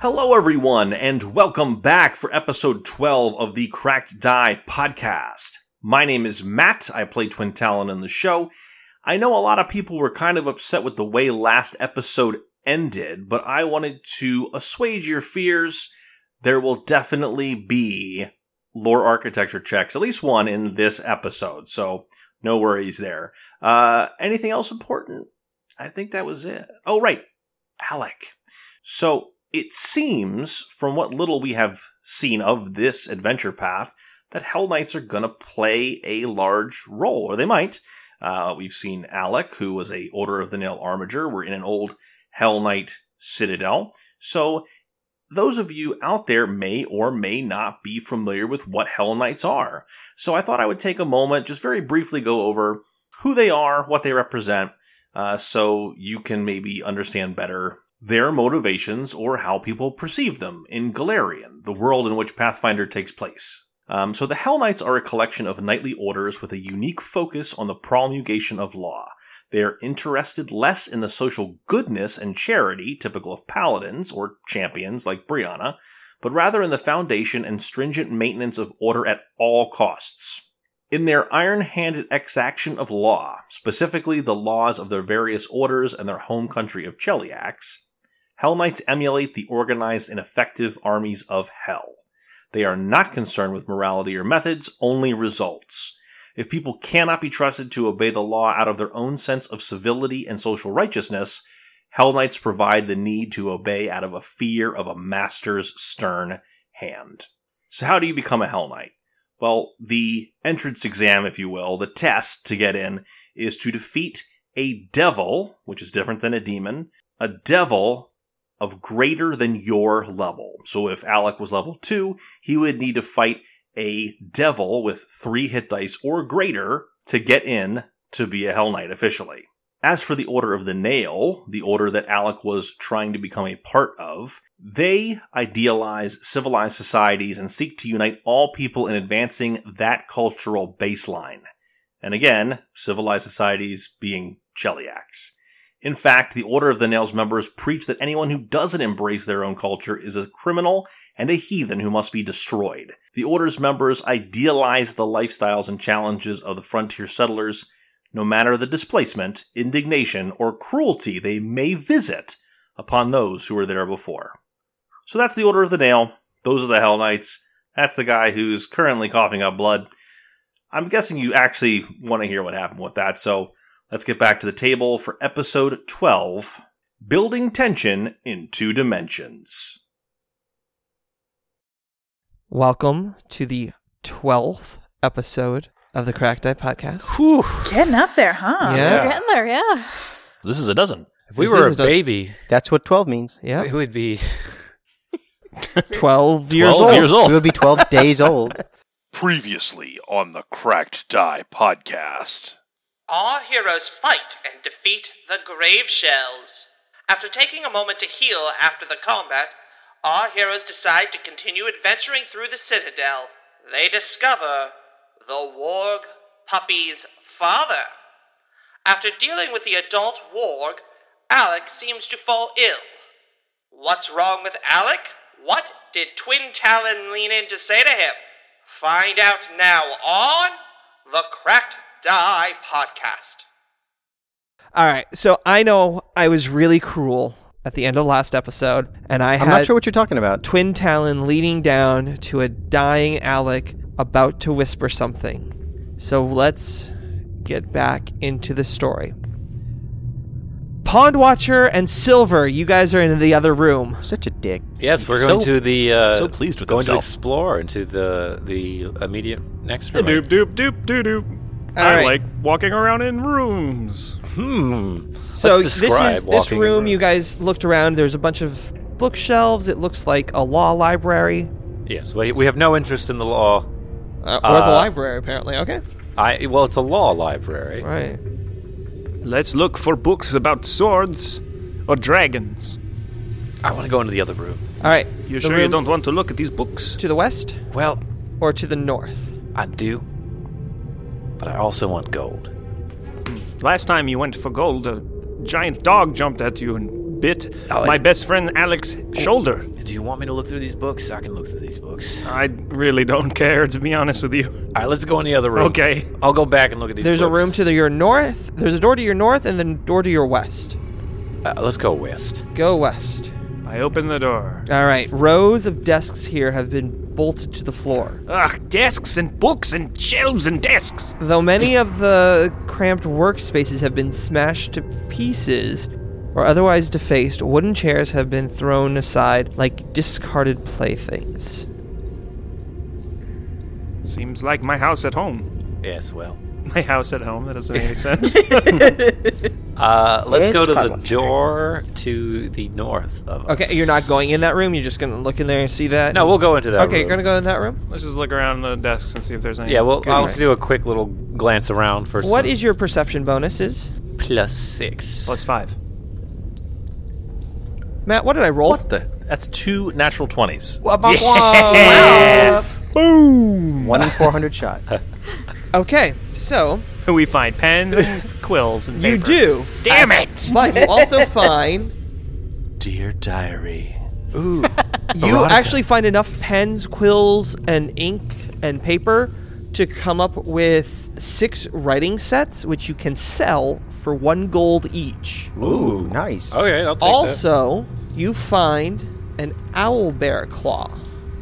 Hello, everyone, and welcome back for episode 12 of the Cracked Die podcast. My name is Matt. I play Twin Talon in the show. I know a lot of people were kind of upset with the way last episode ended, but I wanted to assuage your fears. There will definitely be lore architecture checks, at least one in this episode, so no worries there. Uh, anything else important? I think that was it. Oh, right. Alec. So it seems, from what little we have seen of this adventure path, that Hell Knights are going to play a large role, or they might. Uh, we've seen Alec, who was a Order of the Nail Armiger. We're in an old Hell Knight citadel. So those of you out there may or may not be familiar with what Hell Knights are. So I thought I would take a moment, just very briefly go over who they are, what they represent, uh, so you can maybe understand better their motivations or how people perceive them in Galarian, the world in which Pathfinder takes place. Um, so the Hell Knights are a collection of knightly orders with a unique focus on the promulgation of law. They are interested less in the social goodness and charity typical of paladins or champions like Brianna, but rather in the foundation and stringent maintenance of order at all costs. In their iron handed exaction of law, specifically the laws of their various orders and their home country of Cheliax, Hell Knights emulate the organized and effective armies of Hell. They are not concerned with morality or methods, only results. If people cannot be trusted to obey the law out of their own sense of civility and social righteousness, Hell Knights provide the need to obey out of a fear of a master's stern hand. So, how do you become a Hell Knight? Well, the entrance exam, if you will, the test to get in, is to defeat a devil, which is different than a demon, a devil of greater than your level. So, if Alec was level 2, he would need to fight a devil with three hit dice or greater to get in to be a Hell Knight officially. As for the Order of the Nail, the order that Alec was trying to become a part of, they idealize civilized societies and seek to unite all people in advancing that cultural baseline. And again, civilized societies being Cheliacs. In fact, the Order of the Nails members preach that anyone who doesn't embrace their own culture is a criminal and a heathen who must be destroyed. The Order's members idealize the lifestyles and challenges of the frontier settlers, no matter the displacement, indignation, or cruelty they may visit upon those who were there before. So that's the Order of the Nail. Those are the Hell Knights. That's the guy who's currently coughing up blood. I'm guessing you actually want to hear what happened with that, so Let's get back to the table for episode 12 Building Tension in Two Dimensions. Welcome to the 12th episode of the Cracked Eye Podcast. Whew. Getting up there, huh? Yeah. We're getting there, yeah. This is a dozen. If we This were a is a- baby, That's what 12 means. Yeah. it would be 12 years 12 old. years old. We would be 12 days old. Previously on the Cracked Die podcast. Our heroes fight and defeat the grave shells. After taking a moment to heal after the combat, our heroes decide to continue adventuring through the citadel. They discover the Warg puppy's father. After dealing with the adult Warg, Alec seems to fall ill. What's wrong with Alec? What did Twin Talon lean in to say to him? Find out now on the Cracked Die Podcast. All right. So I know I was really cruel at the end of the last episode, and I I'm had not sure what you're talking about. Twin Talon leaning down to a dying Alec about to whisper something. So let's get back into the story. Pond Watcher and Silver, you guys are in the other room. Such a dick. yes. We're So- going to the uh, so pleased with going himself. to explore into the the immediate next room. Doop doop doop doop doop. All I right. like walking around in rooms. Hmm. So Let's this is describe this walking in room. You rooms. guys looked around. There's a bunch of bookshelves. It looks like a law library Yes, we, we have no interest in the law. uh, or Uh, the library, apparently. Okay, I well, it's a law library. right. Let's look for books about swords or dragons. I want to go into the other room. All right. You the sure you room don't want to look at these books? To the west Well, or to the north? I do, but I also want gold. Last time you went for gold, a giant dog jumped at you and bit Oh, my I- best friend Alex's shoulder. Do you want me to look through these books? I can look through these books. I really don't care, to be honest with you. All right, let's go in the other room. Okay. I'll go back and look at these. There's a books. room to the, your north. There's a door to your north and then door to your west. Uh, let's go west. Go west. I open the door. All right. Rows of desks here have been bolted to the floor. Ugh, desks and books and shelves and desks. Though many of the cramped workspaces have been smashed to pieces or otherwise defaced, wooden chairs have been thrown aside like discarded playthings. Seems like my house at home. Yes, well. My house at home. That doesn't make any sense. Uh, let's It's go to the public. door to the north of us. Okay, you're not going in that room. You're just gonna look in there and see that. No, we'll go into that. Okay, you're room. gonna go in that room. Let's just look around the desks and see if there's any. Yeah, well, good I'll ones. do a quick little glance around first. What is your perception bonuses, plus six? Plus five. Matt? What did I roll? What the? That's two natural 20s. Wah, wah, wah, wah. One in 400 shot. Okay, so We find pens, and quills, and you paper. do, Damn it! but you also find Dear diary. you actually find enough pens, quills, and ink and paper to come up with six writing sets, which you can sell for one gold each. Ooh. Nice. Oh. Okay, I'll take that. Also, you find an owl bear claw.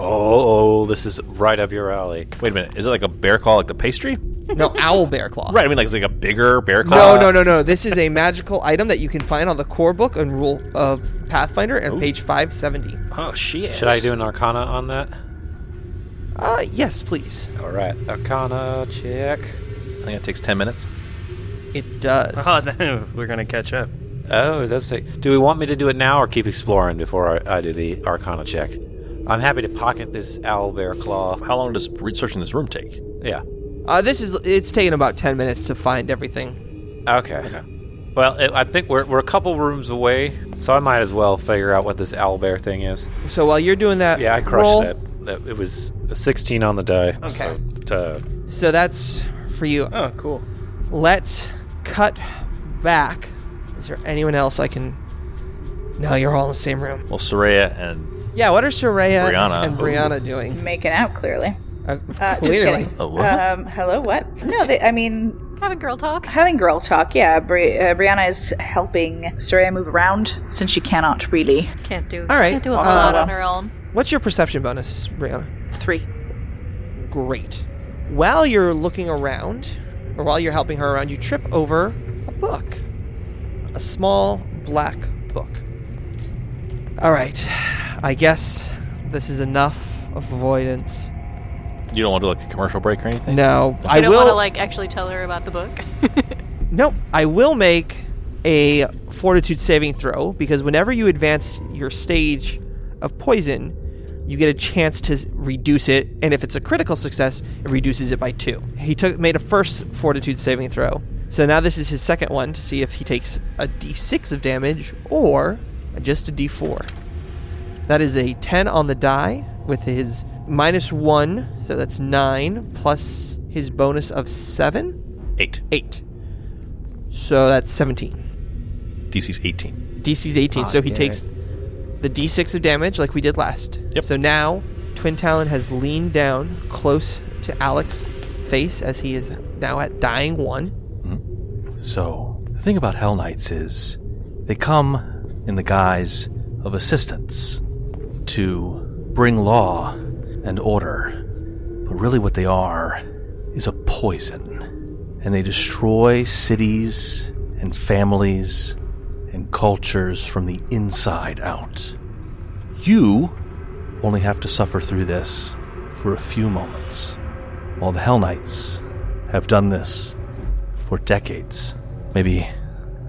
Oh, oh, this is right up your alley. Wait a minute. Is it like a bear claw, like the pastry? No, owl bear claw. Right. Uh, I mean, like it's like a bigger bear claw. No, no, no, no. This is a magical item that you can find on the core book and rule of Pathfinder Oh. and page 570. Oh shit! Should I do an Arcana on that? Uh, yes, please. All right, Arcana check. I think it takes 10 minutes. It does. Oh, then we're gonna catch up. Oh, that's take. Do we want me to do it now or keep exploring before I, I do the Arcana check? I'm happy to pocket this owl bear claw. How long does researching this room take? Yeah. Uh, this is, it's taken about 10 minutes to find everything. Okay. Well, it, I think we're, we're a couple rooms away, so I might as well figure out what this owl bear thing is. So while you're doing that, Yeah, I crushed roll. that. that. It was a 16 on the die. Okay. So, uh, So that's for you. Oh, cool. Let's cut back. Is there anyone else I can. No, you're all in the same room. Well, Soraya and. Yeah, what are Soraya Brianna. and Brianna doing? Making out clearly. Uh, Uh, clearly. Just kidding. Oh, what? Uh-huh. Um, hello, what? No, they, I mean, Having girl talk. having girl talk, yeah. Bri- uh, Brianna is helping Surya move around since she cannot really. Can't do. All right. Can't do a Uh, lot on her own. What's your perception bonus, Brianna? Three. great. While you're looking around, or while you're helping her around, you trip over a book. A small black book. All right. I guess this is enough of avoidance. You don't want to do like a commercial break or anything? No, I You don't will want to like actually tell her about the book. No, I will make a fortitude saving throw because whenever you advance your stage of poison, you get a chance to reduce it, and if it's a critical success, it reduces it by two. He took made a first fortitude saving throw, so now this is his second one to see if he takes a d6 of damage or just a d4. That is a 10 on the die with his minus one, so that's nine, plus his bonus of seven Eight. eight. So that's seventeen. DC's 18. DC's eighteen. so he damn takes the D6 of damage like we did last. Yep. So now Twin Talon has leaned down close to Alex's face as he is now at dying one. So, the thing about Hell Knights is they come in the guise of assistants to bring law and order. But really, what they are is a poison. And they destroy cities and families and cultures from the inside out. You only have to suffer through this for a few moments, while the Hell Knights have done this for decades, maybe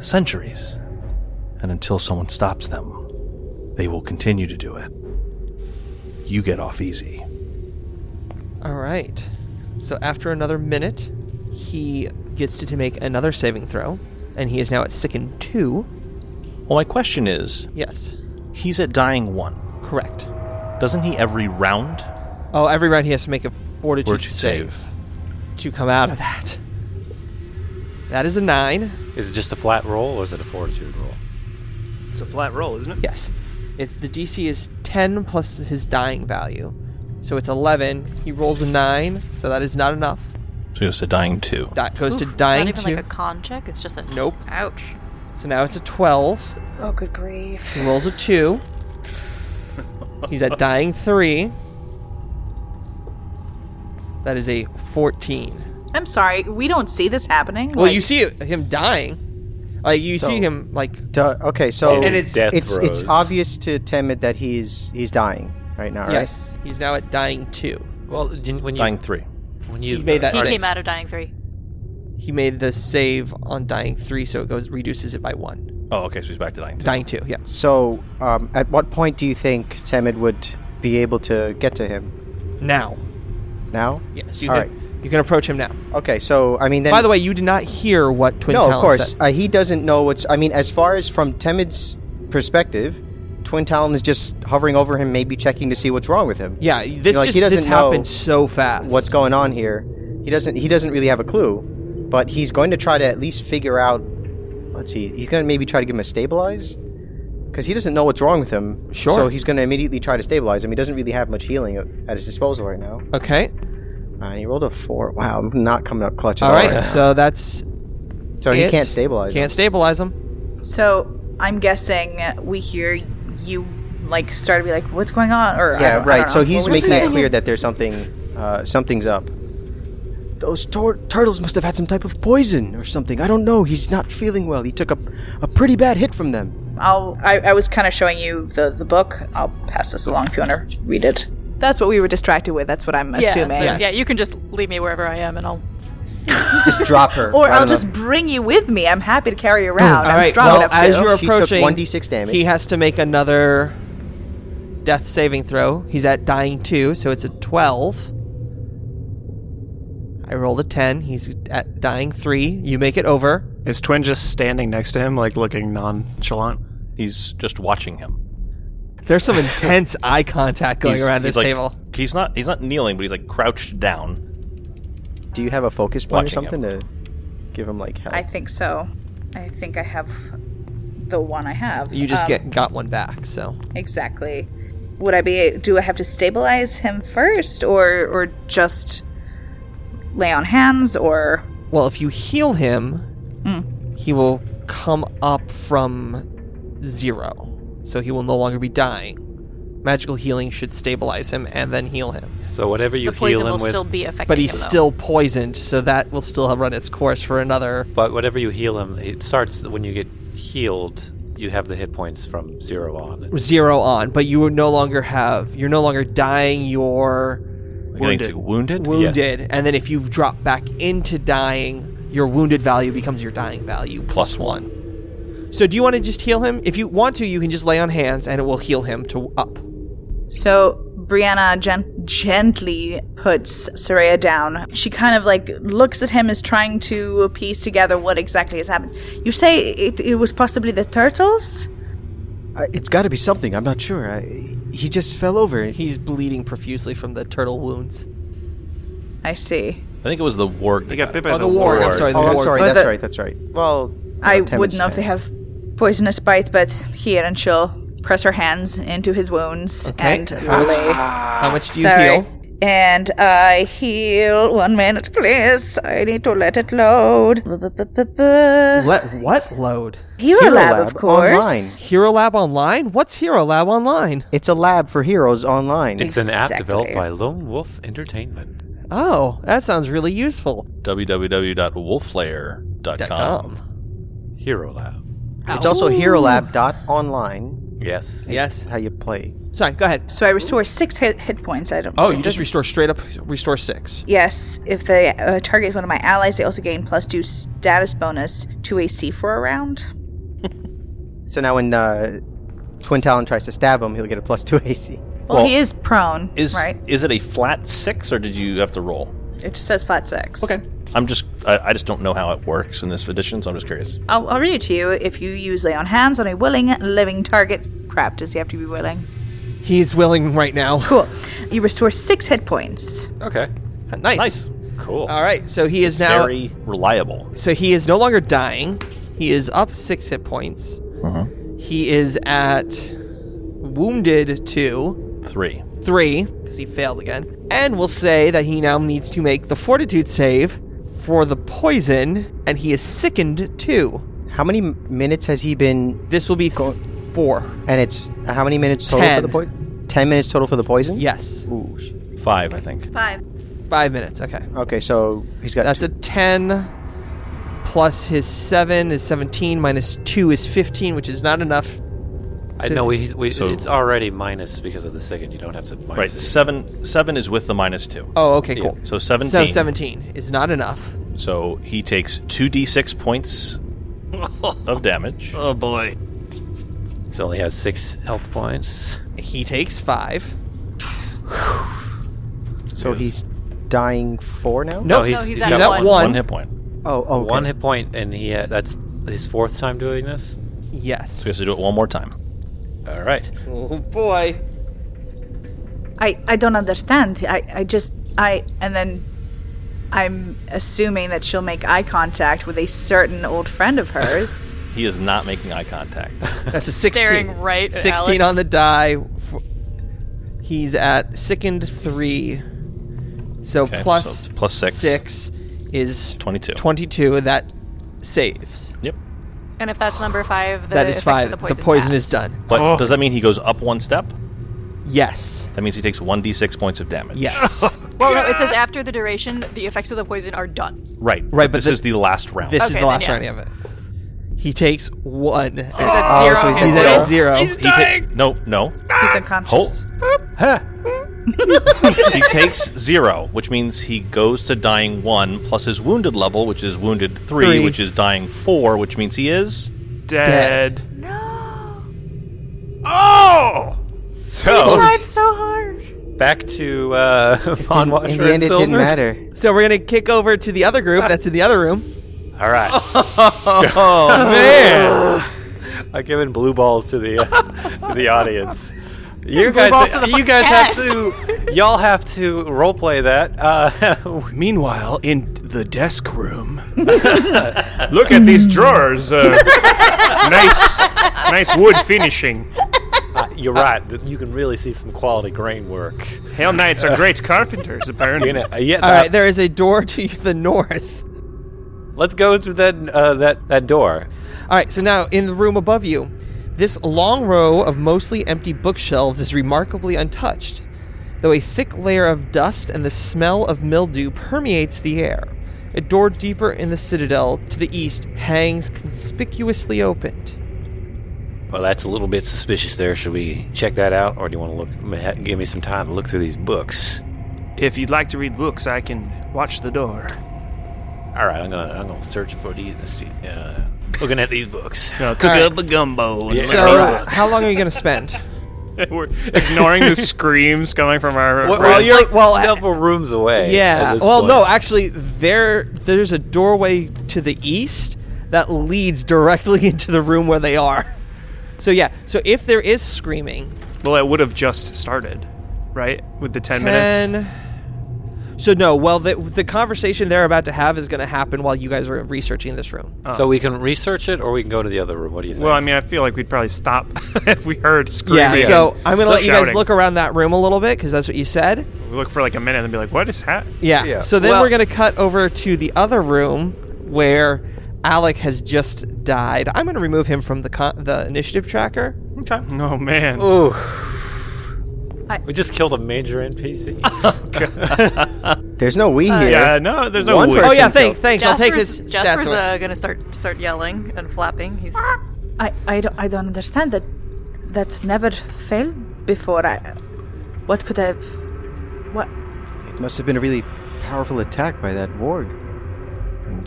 centuries. And until someone stops them, they will continue to do it. You get off easy. All right. So after another minute, he gets to, to make another saving throw, and he is now at sickened two. Well, my question is Yes, he's at dying one. correct. Doesn't he every round? Oh, every round he has to make a fortitude, Fortitude save, save. to come out of that. That is a nine. is it just a flat roll or is it a fortitude roll? It's a flat roll, isn't it? Yes. It's the DC is 10 plus his dying value. So it's 11. He rolls a 9, so that is not enough. So it's a dying two. Di- goes to Oof, dying Not even 2. like a con check. It's just a Nope. Ouch. so now it's a 12. Oh, good grief. He rolls a 2. He's at dying 3. That is a 14. I'm sorry. We don't see this happening. Well, Like, you see it- him dying. Like you see So- him like Duh, okay, so And it's- Death it's, it's throes. obvious to Temid that he's he's dying right now, right? yes, he's now at dying 2. Well, didn't- when you Dying three. when you He made that He Alright. came out of dying three. He made the save on dying 3 so it goes reduces it by 1. Oh, okay. So he's back to dying two. Dying 2. Yeah. So, um, at what point do you think Temid would be able to get to him? Now. Now? Yes, you All can you can approach him now. Okay, so I mean, then By the way, you did not hear what Twin no, Talon of course, said. uh, he doesn't know what's. I mean, as far as from Temid's perspective, Twin Talon is just hovering over him, maybe checking to see what's wrong with him. Yeah, this like, just he doesn't this know happened so fast. what's going on here. He doesn't he doesn't really have a clue, but he's going to try to at least figure out. Let's see. He's going to maybe try to give him a stabilize because he doesn't know what's wrong with him. Sure. So he's going to immediately try to stabilize him. He doesn't really have much healing at his disposal right now. Okay. Uh, he rolled a four. Wow, I'm not coming up clutch at All all. right. right now. So that's So he it. can't stabilize. Can't stabilize him. so I'm guessing we hear you like start to be like, "What's going on?" Or I Yeah, don't- I right. don't So know. he's What would you making say? it clear that there's something, uh, something's up. Those tur- turtles must have had some type of poison or something. I don't know. He's not feeling well. He took a, a pretty bad hit from them. I'll. I, I was kind of showing you the the book. I'll pass this along if you want to read it. That's what we were distracted with. That's what I'm Yeah, assuming. so- yeah, you can just leave me wherever I am and I'll Just drop her. Or I I'll don't know. just bring you with me. I'm happy to carry you around. Hmm, All I'm right. strong Well, enough to. as you're She took approaching, 1d6 damage. He has to make another death saving throw. He's at dying two, so it's a twelve. I rolled a ten. He's at dying three. You make it over. Is Twin just standing next to him, like looking nonchalant? He's just watching him. There's some intense eye contact going He's- around he's this like- table. He's not. He's not kneeling, but he's like crouched down. Do you have a focus point or Watching him. something to give him like help? I think so. I think I have the one I have. You just Um, get got one back. So exactly. Would I be? Do I have to stabilize him first, or or just lay on hands, or Well, if you heal him, he will come up from zero. So he will no longer be dying. Magical healing should stabilize him and then heal him. so whatever you the poison heal will him with, still be affecting But he's him, though. still poisoned, so that will still run its course for another. but whatever you heal him, it starts when you get healed. You have the hit points from zero on. Zero on, but you will no longer have. You're no longer dying, you're Wounded. Getting to wounded. wounded. And then if you drop back into dying, your wounded value becomes your dying value plus one. So do you want to just heal him? If you want to, you can just lay on hands and it will heal him to up. So Brianna gen- gently puts Soraya down. She kind of like looks at him, is trying to piece together what exactly has happened. You say it, it was possibly the turtles? Uh, it's got to be something. I'm not sure. I, he just fell over. He, He's bleeding profusely from the turtle wounds. I see. I think it was the warg. He that got bit by Oh, the the ward. ward. I'm sorry. The oh, I'm ward. sorry. But That's the- right. That's right. Well, I Temid's wouldn't know if they fine. have poisonous bite, but here, and she'll press her hands into his wounds Okay. and How much- lay. How much do you Sorry. heal? And I heal. One minute, please. I need to let it load. Let what load? Hero, Hero Lab, Lab of course. online. Hero Lab Online? What's Hero Lab Online? It's a lab for heroes online. It's an app Exactly. developed by Lone Wolf Entertainment. Oh, that sounds really useful. www.wolflayer.com. Com. Hero Lab. It's also HeroLab.online. Yes. Yes. How you play? Sorry, go ahead. So I restore six hit, hit points. I don't. Oh, it you just doesn't- restore straight up, restore six. Yes, if they uh, target one of my allies, they also gain plus two status bonus to AC for a round. So now when uh, Twin Talon tries to stab him, he'll get a plus two AC. Well, Well, he is prone, Is right? is it a flat six or did you have to roll? It just says flat six. Okay. I'm just. I, I just don't know how it works in this edition, so I'm just curious. I'll, I'll read it to you. If you use lay on hands on a willing living target, crap, does he have to be willing? He's willing right now. Cool. You restore six hit points. Okay. nice. Nice. Cool. All right, so he is now. Very reliable. So he is no longer dying. He is up six hit points. He is at wounded two, Three. three, because he failed again. And we'll say that he now needs to make the fortitude save for the poison, and he is sickened two. How many m- minutes has he been? This will be th- Go- four. And it's how many minutes total Ten. for the poison? Ten minutes total for the poison. Yes. Ooh, sh- Five, I think. Five. Five minutes, okay. okay, so he's got. That's two. a 10 plus his 7 is 17 minus 2 is 15, which is not enough. I So- know we, we so- it's already minus because of the second. You don't have to minus Right. it. Seven. Seven is with the minus two. Oh, okay, cool. So So seventeen. 17 is not enough. So he takes two d6 points of damage. Oh boy. It only has six health points. He takes 5. so Oh, he's dying four now. Nope. he's- no, he's he's at got at one. one. hit point. Oh, oh, okay. One hit point, and he uh, that's his fourth time doing this. So he Yes. has to do it one more time. All right. Oh, boy. I, I don't understand. I, I just I and then I'm assuming that she'll make eye contact with a certain old friend of hers. He is not making eye contact. That's a 16. Staring right at 16 Alec. on the die. F- He's at sickened 3. So Okay, plus, so plus six. 6 is 22. 22. That saves. yep. And if that's number five, the that is effects 5. Of the poison, is passed. done. But Oh. does that mean he goes up one step? Yes. That means he takes one d6 points of damage. Yes. Well, no, it says after the duration, the effects of the poison are done. Right. Right, but this the- is the last round. This Okay, is then the last yeah. round of it. He takes one. He's at zero. so he's hit Oh, he's zero. at points. zero. he ta- no, no. He's unconscious. he takes zero, which means he goes to dying one plus his wounded level, which is wounded three, Three. which is dying four, which means he is. Dead. So so hard. back to uh, Von In, Watcher in the end, and it Silver. didn't matter. So we're gonna kick over to the other group that's in the other room. All right. I'm giving Oh, blue balls to the uh, to the audience. You guys, you guys have to, y'all have to roleplay that. Uh, Meanwhile, in the desk room. Look at these drawers. Uh, nice, nice wood finishing. you're right. that You can really see some quality grain work. Hell Knights are great carpenters, apparently. You know, uh, yeah. All right, that- there is a door to the north. let's go through that uh, that that door. All right, so now in the room above you, this long row of mostly empty bookshelves is remarkably untouched, though a thick layer of dust and the smell of mildew permeates the air. A door deeper in the citadel to the east hangs conspicuously opened. Well, that's a little bit suspicious. There, should we check that out, or do you want to look? ma- ha- Give me some time to look through these books. If you'd like to read books, I can watch the door. All right, I'm gonna I'm gonna search for these. Uh, looking at these books. Uh, cook Alright. up a gumbo. and let me So, uh, how long are you going to spend? We're ignoring the screams coming from our. Well, friends. you're like, well, several rooms away. Yeah. at this Well, point. no, actually, there there's a doorway to the east that leads directly into the room where they are. So yeah. So if there is screaming, Well, it would have just started, right? With the 10, minutes. ten. So no. Well, the the conversation they're about to have is going to happen while you guys are researching this room. So we can research it, or we can go to the other room. What do you think? Well, I mean, I feel like we'd probably stop if we heard Yeah. screaming. So and I'm going to let you guys shouting. look around that room a little bit because that's what you said. We look for like a minute and be like, "What is that?" Yeah. Yeah. So then Well- we're going to cut over to the other room where Alec has just died. I'm going to remove him from the con- the initiative tracker. Oh man. we just killed a major NPC. There's no Uh, we here. Yeah. No, there's no. One way. Oh person yeah, killed. thanks. Thanks. I'll take his Jasper's, Jasper's stats. away. uh, gonna start start yelling and flapping. He's I, I don't I don't understand that. That's never failed before. I, what could I have? What? It must have been a really powerful attack by that warg.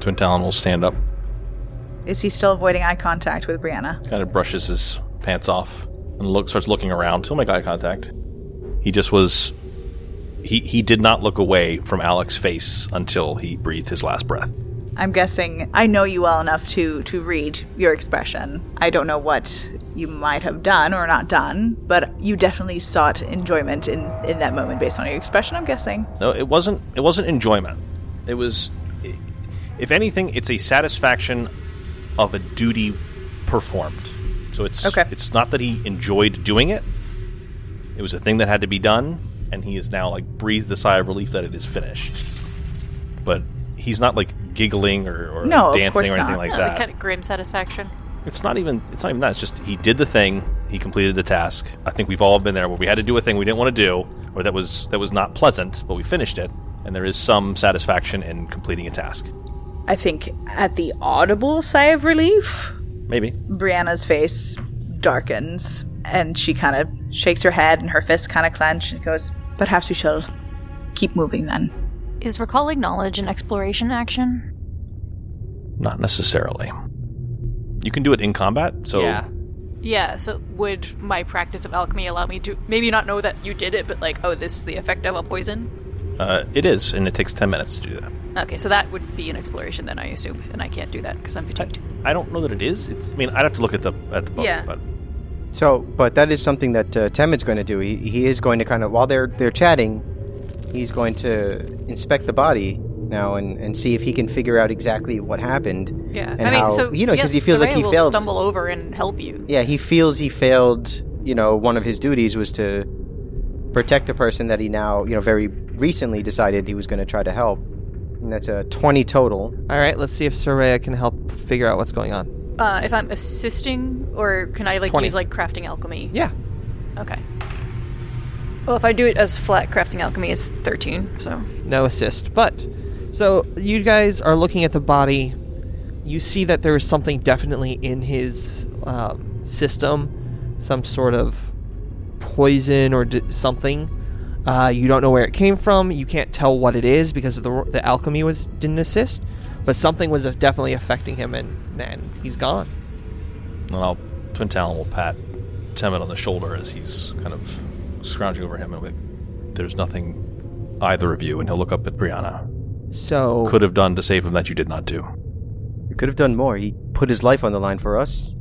Twin Talon will stand up, Is he still avoiding eye contact with Brianna? kind of brushes his pants off, and look starts looking around. He'll make eye contact. He just was. He he did not look away from Alec's face until he breathed his last breath. I'm guessing I know you well enough to to read your expression. I don't know what you might have done or not done, but you definitely sought enjoyment in in that moment based on your expression. I'm guessing. No, it wasn't. It wasn't enjoyment. It was, if anything, it's a satisfaction of a duty performed. So it's Okay. it's not that he enjoyed doing it. It was a thing that had to be done, and he is now like breathed a sigh of relief that it is finished. But he's not like giggling or, or No, of dancing course or anything not. like No, that. kind of grim satisfaction. It's not even it's not even that. It's just he did the thing, he completed the task. I think we've all been there where we had to do a thing we didn't want to do, or that was that was not pleasant, but we finished it, and there is some satisfaction in completing a task. I think at the audible sigh of relief, Maybe. Brianna's face darkens and she kind of shakes her head and her fists kind of clench and goes, Perhaps we shall keep moving then. Is recalling knowledge an exploration action? Not necessarily. You can do it in combat, so Yeah. Yeah, so would my practice of alchemy allow me to maybe not know that you did it, but like, oh, this is the effect of a poison? uh, it is, and it takes ten minutes to do that. Okay, so that would be an exploration then, I assume, and I can't do that because I'm fatigued. I don't know that it is. It's. I mean, I'd have to look at the at the book, Yeah. but So, but that is something that uh, Temid's going to do. He, he is going to kind of while they're they're chatting, he's going to inspect the body now and, and see if he can figure out exactly what happened. Yeah, and I mean, how, so you know because yes, he feels like Soraya he will failed. Stumble over and help you. Yeah, he feels he failed. You know, one of his duties was to protect a person that he now you know very recently decided he was going to try to help. And that's a twenty total. All right, let's see if Soraya can help figure out what's going on. Uh, if I'm assisting, or can I like 20. use like crafting alchemy? Yeah. Okay. Well, if I do it as flat crafting alchemy, it's 13. So no assist. But so you guys are looking at the body. You see that there is something definitely in his um, system, some sort of poison or d- something. Uh, you don't know where it came from. You can't tell what it is because of the the alchemy was didn't assist, but something was definitely affecting him, and man, he's gone. and I'll Twin Talon will pat Temet on the shoulder as he's kind of scrounging over him, and like, there's nothing either of you, and he'll look up at Brianna. So Could have done to save him that you did not do. We could have done more. He put his life on the line for us,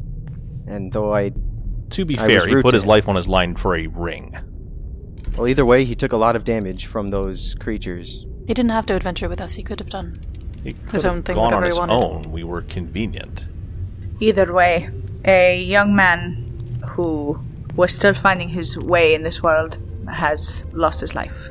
and though I To be I was fair, he rude put to his him. life on his line for a ring. Well, either way, he took a lot of damage from those creatures. he didn't have to adventure with us. He could have done. He could His have own thing, gone on whatever he his wanted. own. We were convenient. Either way, a young man who was still finding his way in this world has lost his life.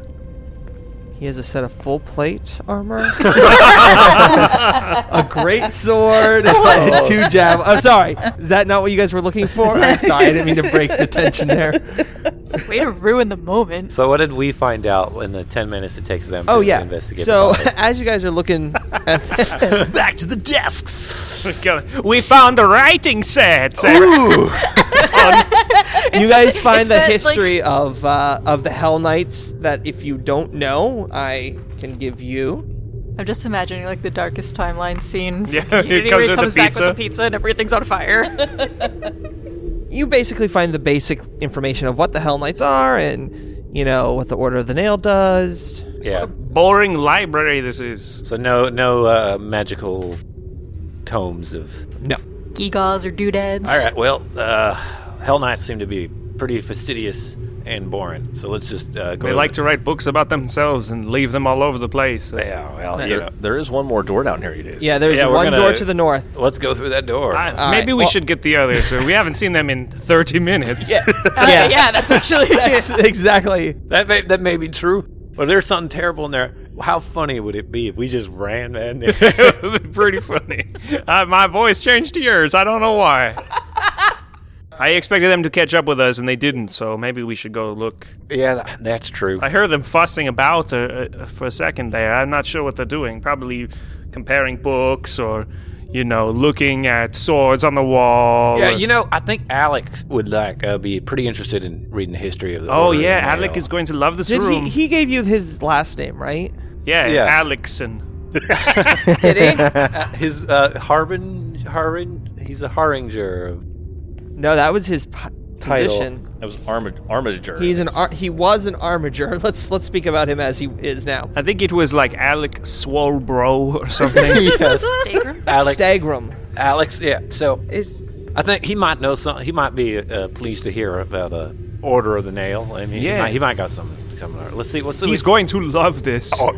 He has a set of full plate armor, a great sword, and two jab. I'm sorry. Is that not what you guys were looking for? I'm sorry. I didn't mean to break the tension there. Way to ruin the moment. So what did we find out in the ten minutes it takes them? Oh to yeah. investigate. So the body? as you guys are looking, Oh, at, Back to the desks. we found the writing set. Sarah. you guys it's find the that, like- history of uh, of the Hell Knights. That if you don't know, I can give you. I'm just imagining like the darkest timeline scene. Yeah, You it know, comes with where he the comes back with the pizza. pizza and everything's on fire. You basically find the basic information of what the Hell Knights are, and you know what the Order of the Nail does. yeah. Boring library this is. So no no uh, magical tomes of. No. Gigaws or doodads. All right. Well, uh, Hell Knights seem to be pretty fastidious and boring. So let's just uh, go. They like to write books about themselves and leave them all over the place. Yeah. Well, you There, know. there is one more door down here. It is. Yeah, there's Yeah, we're one gonna- door to the north. Let's go through that door. I- All maybe right, we well- should get the others. So we haven't seen them in 30 minutes. Yeah. yeah. Uh, yeah, that's actually. That's exactly. That may, that may be true, but if there's something terrible in there. How funny would it be if we just ran in there? Pretty funny. Uh, my voice changed to yours. I don't know why. I expected them to catch up with us, and they didn't. So maybe we should go look. yeah, tha- that's true. I heard them fussing about uh, uh, for a second there. I'm not sure what they're doing. Probably comparing books or, you know, looking at swords on the wall. yeah, or- you know, I think Alex would like uh, be pretty interested in reading the history of the. Oh Order of yeah, the Alec Mail. is going to love this Did room. he? He gave you his last name, right? yeah, Yeah. Alexson. Did he? Uh, his uh, Harbin Harbin. He's a Harbinger. No, that was his p- Title. position. That was Armid- Armidager. He's an ar- he was an armiger. Let's let's speak about him as he is now. I think it was like Alec Swolbro or something. yes, Alex. Stagrum. Alex. Yeah. So Is I think he might know something. He might be uh, pleased to hear about the Order of the Nail. I mean, Yeah. he might, he might got something. something. Let's see. Let's see. He's going to love Oh, this. All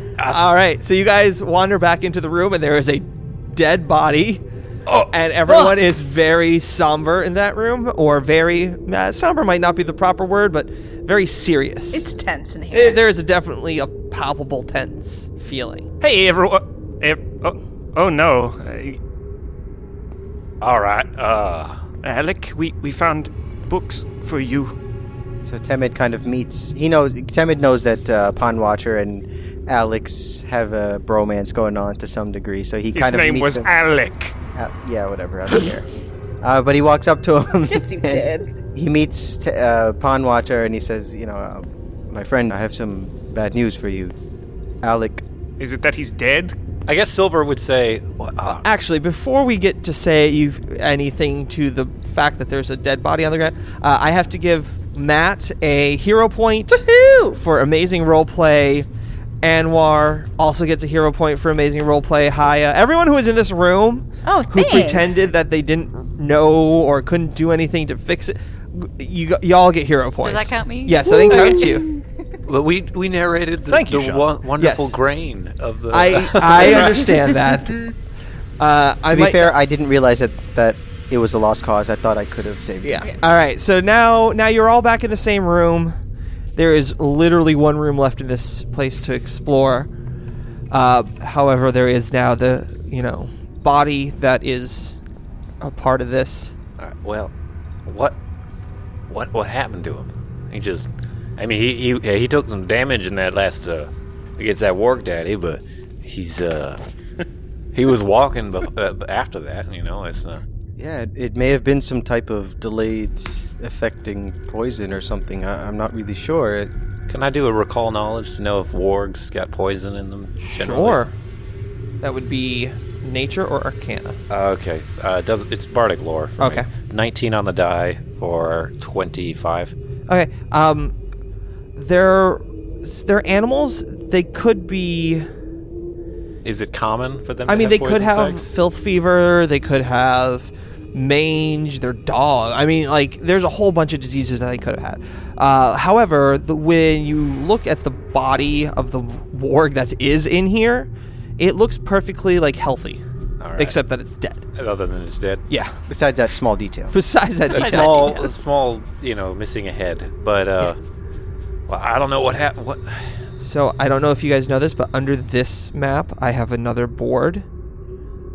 right, so you guys wander back into the room, and there is a dead body and everyone is very somber in that room, or very uh, somber might not be the proper word, but very serious. It's tense in here. There- there is a definitely a palpable tense feeling. Hey, everyone. ev- oh, oh, no. I- All right. Uh, Alec, we, we found books for you. So Temid kind of meets. He knows Temid knows that uh, Pond Watcher and Alex have a bromance going on to some degree. So he His kind of name meets was him. Alec. Uh, yeah, whatever. I don't care. Uh, but he walks up to him. Yes, you and did. He meets t- uh, Pawn Watcher and he says, "You know, uh, my friend, I have some bad news for you, Alec." Is it that he's dead? I guess Silver would say, "Well, uh, Actually, before we get to say you anything to the fact that there's a dead body on the ground, uh, I have to give Matt a hero point for amazing roleplay. Anwar also gets a hero point for amazing roleplay. Haya, everyone who was in this room Oh, who thanks. pretended that they didn't know or couldn't do anything to fix it, you got- y'all get hero points. that count me? Yes, that counts you. but we we narrated the, Thank you, the Sean. won- wonderful Yes. grain of the." I I understand that. Uh, I To be might- fair, I didn't realize that that it was a lost cause. I thought I could have saved. Yeah. All right. So now, now you're all back in the same room. There is literally one room left in this place to explore. Uh, however, there is now the you know body that is a part of this. All right, well, what what what happened to him? He just, I mean, he he yeah, he took some damage in that last uh, against that work daddy, but he's uh. He was walking bef- uh, after that, you know. It's uh, not. Yeah, it, it may have been some type of delayed affecting poison or something. I, I'm not really sure. It, Can I do a recall knowledge to know if wargs got poison in them? Generally? Sure. That would be nature or arcana. Uh, okay. Uh, it does it's bardic lore? For me. Okay. Nineteen on the die for twenty-five. Okay. Um, they're they're animals. They could be. Is it common for them? I to mean, they could poison have sex? filth fever. They could have mange. Their dog. I mean, like, there's a whole bunch of diseases that they could have had. Uh, however, the, when you look at the body of the warg that is in here, it looks perfectly like healthy, All right. except that it's dead. other than it's dead. Yeah. besides that small detail. Besides that, a detail. small, a small, you know, missing a head. But uh, well, I don't know what happened. What? So I don't know if you guys know this, but under this map, I have another board,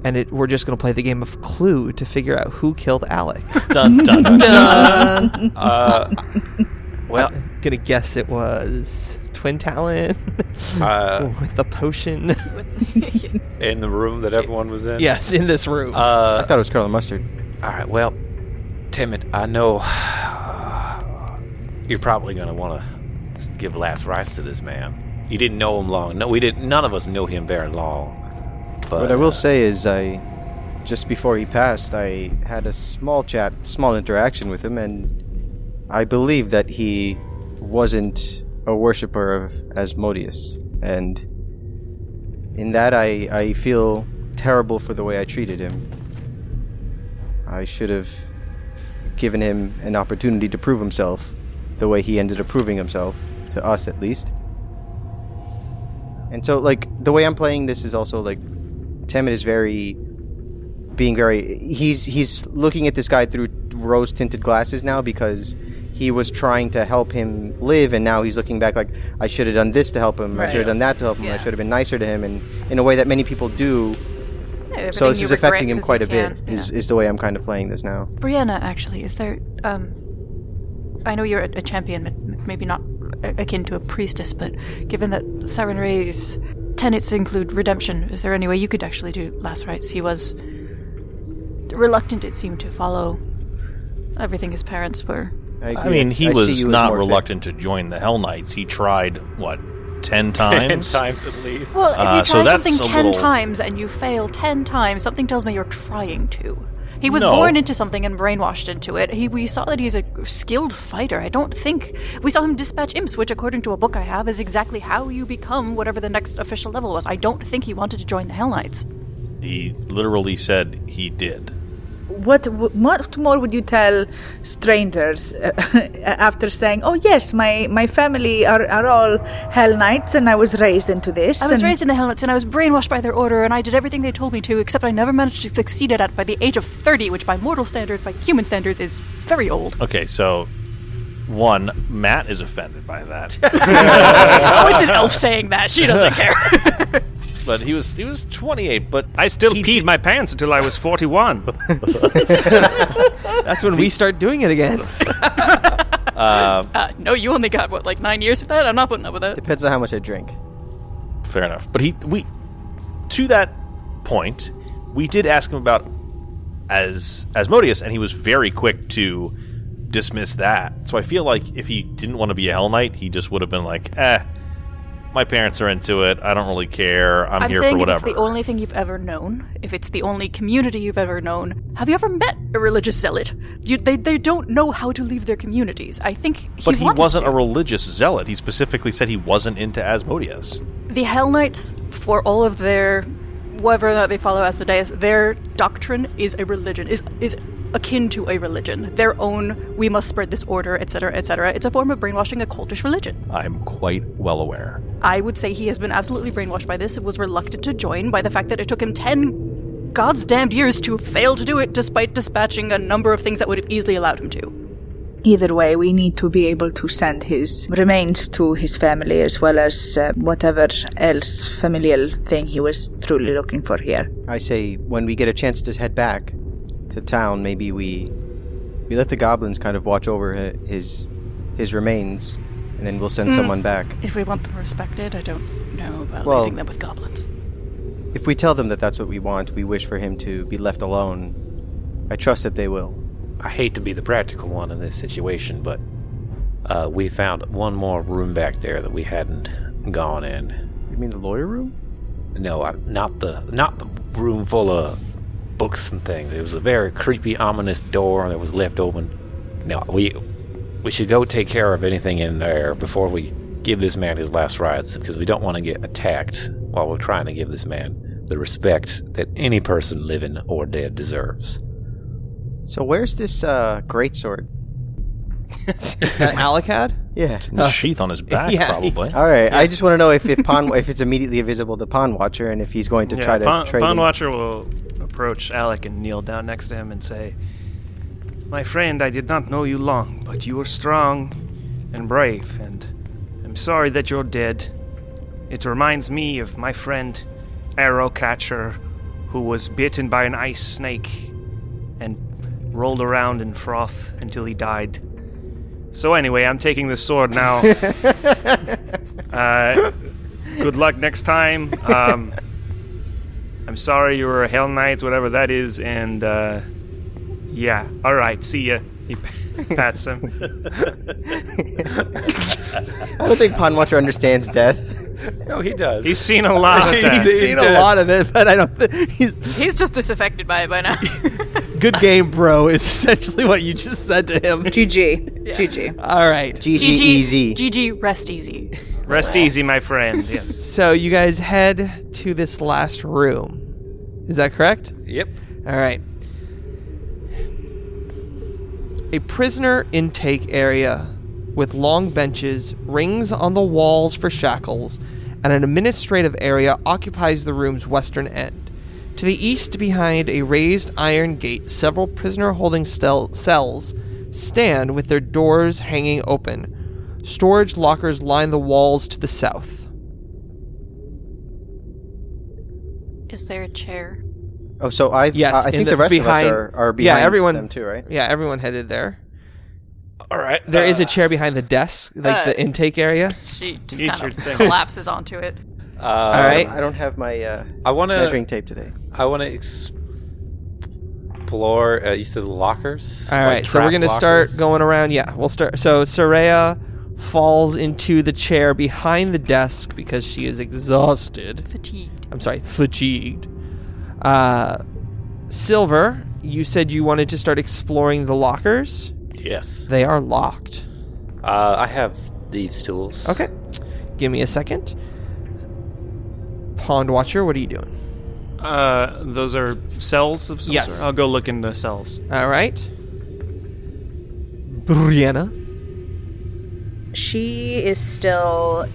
and it, we're just gonna play the game of Clue to figure out who killed Alec. Dun dun dun. dun. uh, well, gonna guess it was Twin Talon uh, with the potion. in the room that everyone was in. yes, in this room. Uh, I thought it was Colonel Mustard. All right. Well, Timid, I know you're probably gonna want to give last rites to this man. You didn't know him long. No, we didn't. None of us knew him very long. But What I will uh, say is, I just before he passed, I had a small chat, small interaction with him, and I believe that he wasn't a worshiper of Asmodeus, and in that, I I feel terrible for the way I treated him. I should have given him an opportunity to prove himself, the way he ended up proving himself to us, at least. And so, like the way I'm playing this is also like Temid is very being very he's he's looking at this guy through rose tinted glasses now because he was trying to help him live and now he's looking back like I should have done this to help him I Right. should have done that to help him I Yeah. should have been nicer to him and in a way that many people do so this is affecting him quite a bit is, is the way I'm kind of playing this now Brianna, actually, is there? Um, I know you're a, a champion, but m- maybe not a- akin to a priestess. But given that Siren Ray's tenets include redemption, is there any way you could actually do last rites? He was reluctant, it seemed, to follow everything his parents were. agree I mean, with- he I see was you as not more fit. reluctant to join the Hell Knights. He tried what ten times. times at least. Well, if Uh, you so try that's something a ten little- times and you fail ten times, something tells me you're trying to. He was No. born into something and brainwashed into it. He, we saw that he's a skilled fighter. I don't think we saw him dispatch imps, which, according to a book I have, is exactly how you become whatever the next official level was. I don't think he wanted to join the Hell Knights. He literally said he did. what w- what more would you tell strangers uh, after saying, "Oh yes, my my family are, are all Hell Knights, and I was raised into this." I was and- raised in the Hellets and I was brainwashed by their order and I did everything they told me to, except I never managed to succeed at it by the age of 30, which by mortal standards, by human standards, is very old. Okay, so one, Matt is offended by that. oh, it's an elf saying that. She doesn't care. but he was he was 28, but I still peed my pants until I was 41. That's when we start doing it again. Uh, no, you only got, what, like nine years of that? I'm not putting up with it. Depends on how much I drink. fair enough. But he we to that point, we did ask him about as Asmodeus and he was very quick to dismiss that. So I feel like if he didn't want to be a Hell Knight, he just would have been like, "Eh, my parents are into it. I don't really care. I'm, I'm here saying for if it's whatever." the only thing you've ever known, if it's the only community you've ever known, have you ever met a religious zealot? You, they, they don't know how to leave their communities. I think he but he, wanted wasn't to. a religious zealot. He specifically said he wasn't into Asmodeus. the Hell Knights, for all of their whatever or not they follow Asmodeus, their doctrine is a religion, is is akin to a religion. Their own we must spread this order, etc., etc. It's a form of brainwashing, a cultish religion. I'm quite well aware. I would say he has been absolutely brainwashed by this and was reluctant to join by the fact that it took him ten god's damned years to fail to do it despite dispatching a number of things that would have easily allowed him to. Either way, we need to be able to send his remains to his family as well as uh, whatever else familial thing he was truly looking for here. I say when we get a chance to head back to town, maybe we we let the goblins kind of watch over hi- his his remains, and then we'll send someone back. If we want them respected, I don't know about Well- leaving them with goblins. If we tell them that that's what we want, we wish for him to be left alone. I trust that they will. I hate to be the practical one in this situation, but uh, we found one more room back there that we hadn't gone in. You mean the lawyer room? No, I, not the not the room full of books and things. It was a very creepy, ominous door that was left open. No, we we should go take care of anything in there before we give this man his last rites, because we don't want to get attacked while we're trying to give this man the respect that any person living or dead deserves. So where's this uh, great sword? that Alec had? Yeah. The Uh, sheath on his back, yeah. probably. All right. I just want to know if if Pon if it's immediately visible to Pon Watcher and if he's going to yeah, try to Pon- trade. Pon in- Watcher will approach Alec and kneel down next to him and say, My friend, I did not know you long, but you are strong and brave, and I'm sorry that you're dead. It reminds me of my friend Arrowcatcher, who was bitten by an ice snake and rolled around in froth until he died. So, anyway, I'm taking this sword now. uh, good luck next time. Um, I'm sorry you were a Hell Knight, whatever that is, and uh, yeah, all right, see ya. He p- pats him. I don't think Pon Watcher understands death. No, Oh, he does. He's seen a lot of He's that. seen a lot of it, but I don't. Th- he's He's just disaffected by it by now. good game, bro. Is essentially what you just said to him. GG. GG. All right. GG easy. GG, rest easy. Rest easy, my friend. Yes. So you guys head to this last room. Is that correct? Yep. All right. A prisoner intake area with long benches, rings on the walls for shackles, and an administrative area occupies the room's western end. To the east, behind a raised iron gate, several prisoner holding stel- cells stand with their doors hanging open. Storage lockers line the walls to the south. Is there a chair? Oh, so I've Yes, I- I in think the- the, rest behind- of us are, yeah, are behind everyone- them too, right? Yeah, everyone headed there. All right. There is a chair behind the desk, like uh, the intake area. She just Eat kind your of thing. collapses onto it. All right. I don't have my uh, I want measuring to. tape today. I want to explore. Uh, you said lockers. All right, so we're gonna start going around. Yeah, we'll start. So Soraya falls into the chair behind the desk because she is exhausted. Fatigued. I'm sorry, fatigued. Uh, Silver, you said you wanted to start exploring the lockers. Yes. They are locked. Uh, I have thieves' tools. Okay, give me a second. Pond Watcher, what are you doing? Uh, those are cells of some Yes. sort? I'll go look in the cells. All right. Brianna. She is still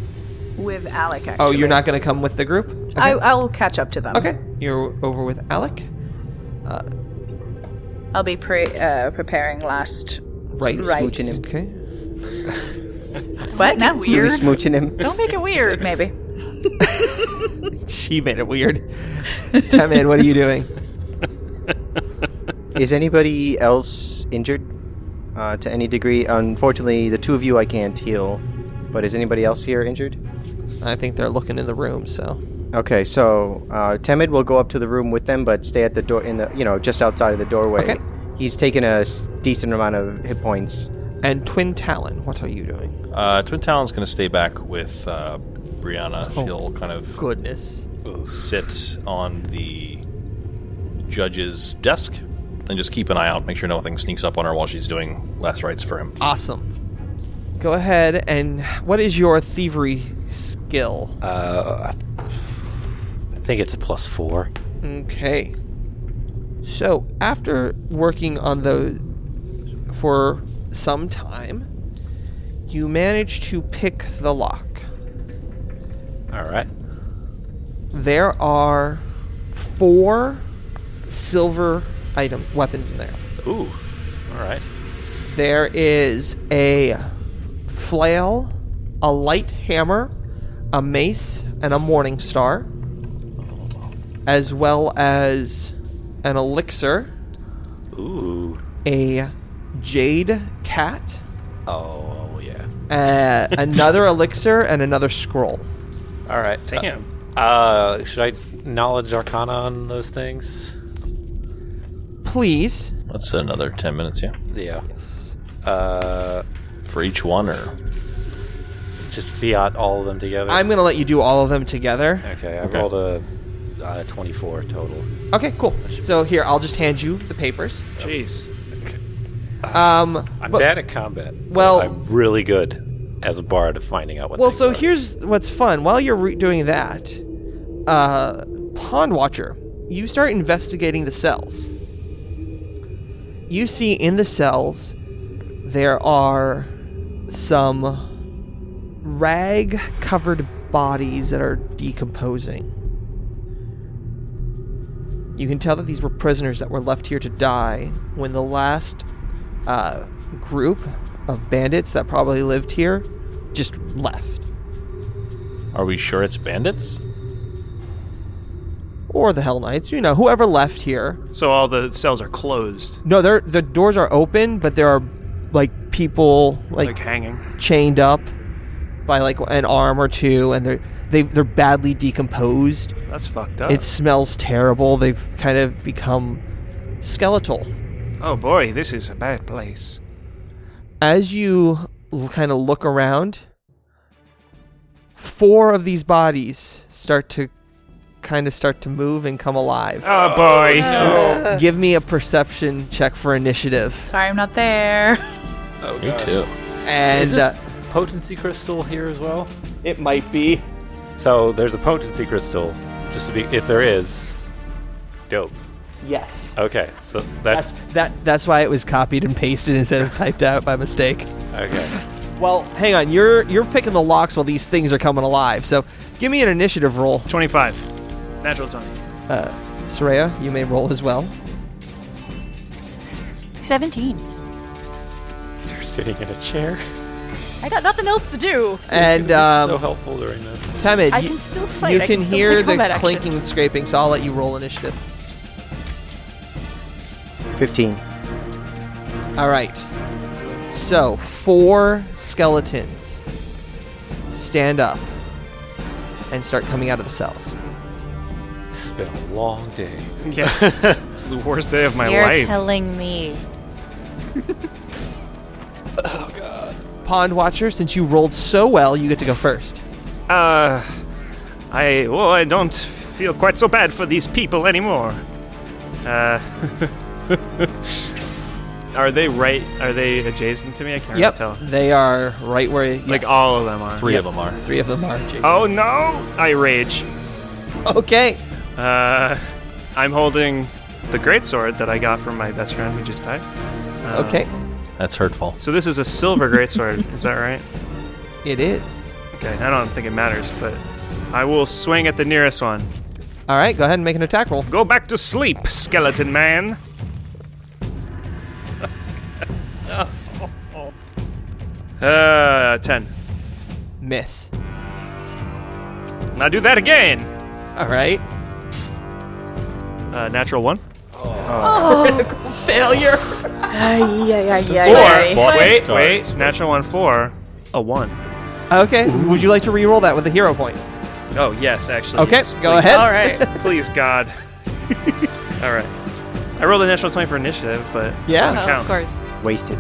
with Alec. Actually. Oh, you're not going to come with the group? Okay. I, I'll catch up to them. okay. You're over with Alec. Uh, I'll be pre- uh, preparing last. right. Right. Smooching him. Okay. What? Not Are we weird. smooching him? Don't make it weird. Maybe. She made it weird. Temin, what are you doing? Is anybody else injured uh, to any degree? Unfortunately, the two of you I can't heal. But is anybody else here injured? I think they're looking in the room, so. Okay, so uh, Temid will go up to the room with them, but stay at the door in the you know just outside of the doorway. Okay. He's taken a s- decent amount of hit points. And Twin Talon, what are you doing? Uh, Twin Talon's going to stay back with uh, Brianna. Oh. She'll kind of Goodness. sit on the judge's desk and just keep an eye out, make sure nothing sneaks up on her while she's doing last rites for him. Awesome. Go ahead and what is your thievery skill? I think it's a plus four. Okay. So, after working on those for some time, you manage to pick the lock. All right. There are four silver item weapons in there. Ooh. All right. There is a flail, a light hammer, a mace, and a morning star, as well as an elixir, Ooh. a jade cat, Oh yeah. uh, another elixir, and another scroll. All right. Damn. Uh, should I knowledge arcana on those things? Please. That's another 10 minutes, yeah? Yeah. For each one, or. Uh, Just fiat all of them together. I'm going to let you do all of them together. Okay. I Okay. rolled a uh, twenty-four total. Okay, cool. So here, I'll just hand you the papers. Jeez. Um, Uh, I'm but- bad at combat. but Well- I'm really good as a bard at finding out what. Well, things so are. here's what's fun. While you're re- doing that, uh, Pond Watcher, you start investigating the cells. You see in the cells there are some rag covered bodies that are decomposing. You can tell that these were prisoners that were left here to die when the last uh, group of bandits that probably lived here just left. Are we sure it's bandits? or the Hell Knights, you know, whoever left here. So all the cells are closed, No, they're, the doors are open, but there are like people like, like, hanging. chained up by like an arm or two, and they're they, they're badly decomposed. That's fucked up. It smells terrible. They've kind of become skeletal. oh boy, this is a bad place. As you l- kind of look around, four of these bodies start to kind of start to move and come alive. Oh boy. Give me a perception check for initiative. Sorry, I'm not there. Me too. And Is this uh, potency crystal here as well? it might be So there's a potency crystal, just to be if there is. Dope. Yes. Okay, so That's that's, that that's why it was copied and pasted instead of typed out by mistake. okay. Well, hang on, you're you're picking the locks while these things are coming alive. So give me an initiative roll. 25. Natural 20. Uh Soraya, you may roll as well. 17. You're sitting in a chair. I got nothing else to do. And It's so um helpful during this. Temid, I you, can still fight. you I can, still hear take the combat actions. clinking and scraping, so I'll let you roll initiative. Fifteen. Alright. So four skeletons stand up and start coming out of the cells. This has been a long day. Yeah. it's the worst day of my You're life. telling me. Pond Watcher, since you rolled so well, you get to go first. Uh, I well, I don't feel quite so bad for these people anymore. Uh, are they right? Are they adjacent to me? I can't Yep, really tell. they are right where Like yes, all Oh. of them are. Three of them are. three of them are. Jason. Oh no! I rage. Okay, Uh, I'm holding the great sword that I got from my best friend we just died. Um, Okay, That's hurtful. So this is a silver great sword. is that right? it is. Okay. I don't think it matters, but I will swing at the nearest one. All right, go ahead and make an attack roll. Go back to sleep, skeleton man. Uh, ten. Miss. Now do that again. All right. Uh, natural one. Failure. Ay, ay, ay, ay, ay. Four. Wait, wait. Natural one, four. A one. Okay. Would you like to re-roll that with a hero point? Oh yes, actually. Okay, yes, go please. ahead. All right. Please, God. All right. I rolled a natural 20 for initiative, but Yeah. doesn't Oh, count. of course. Wasted.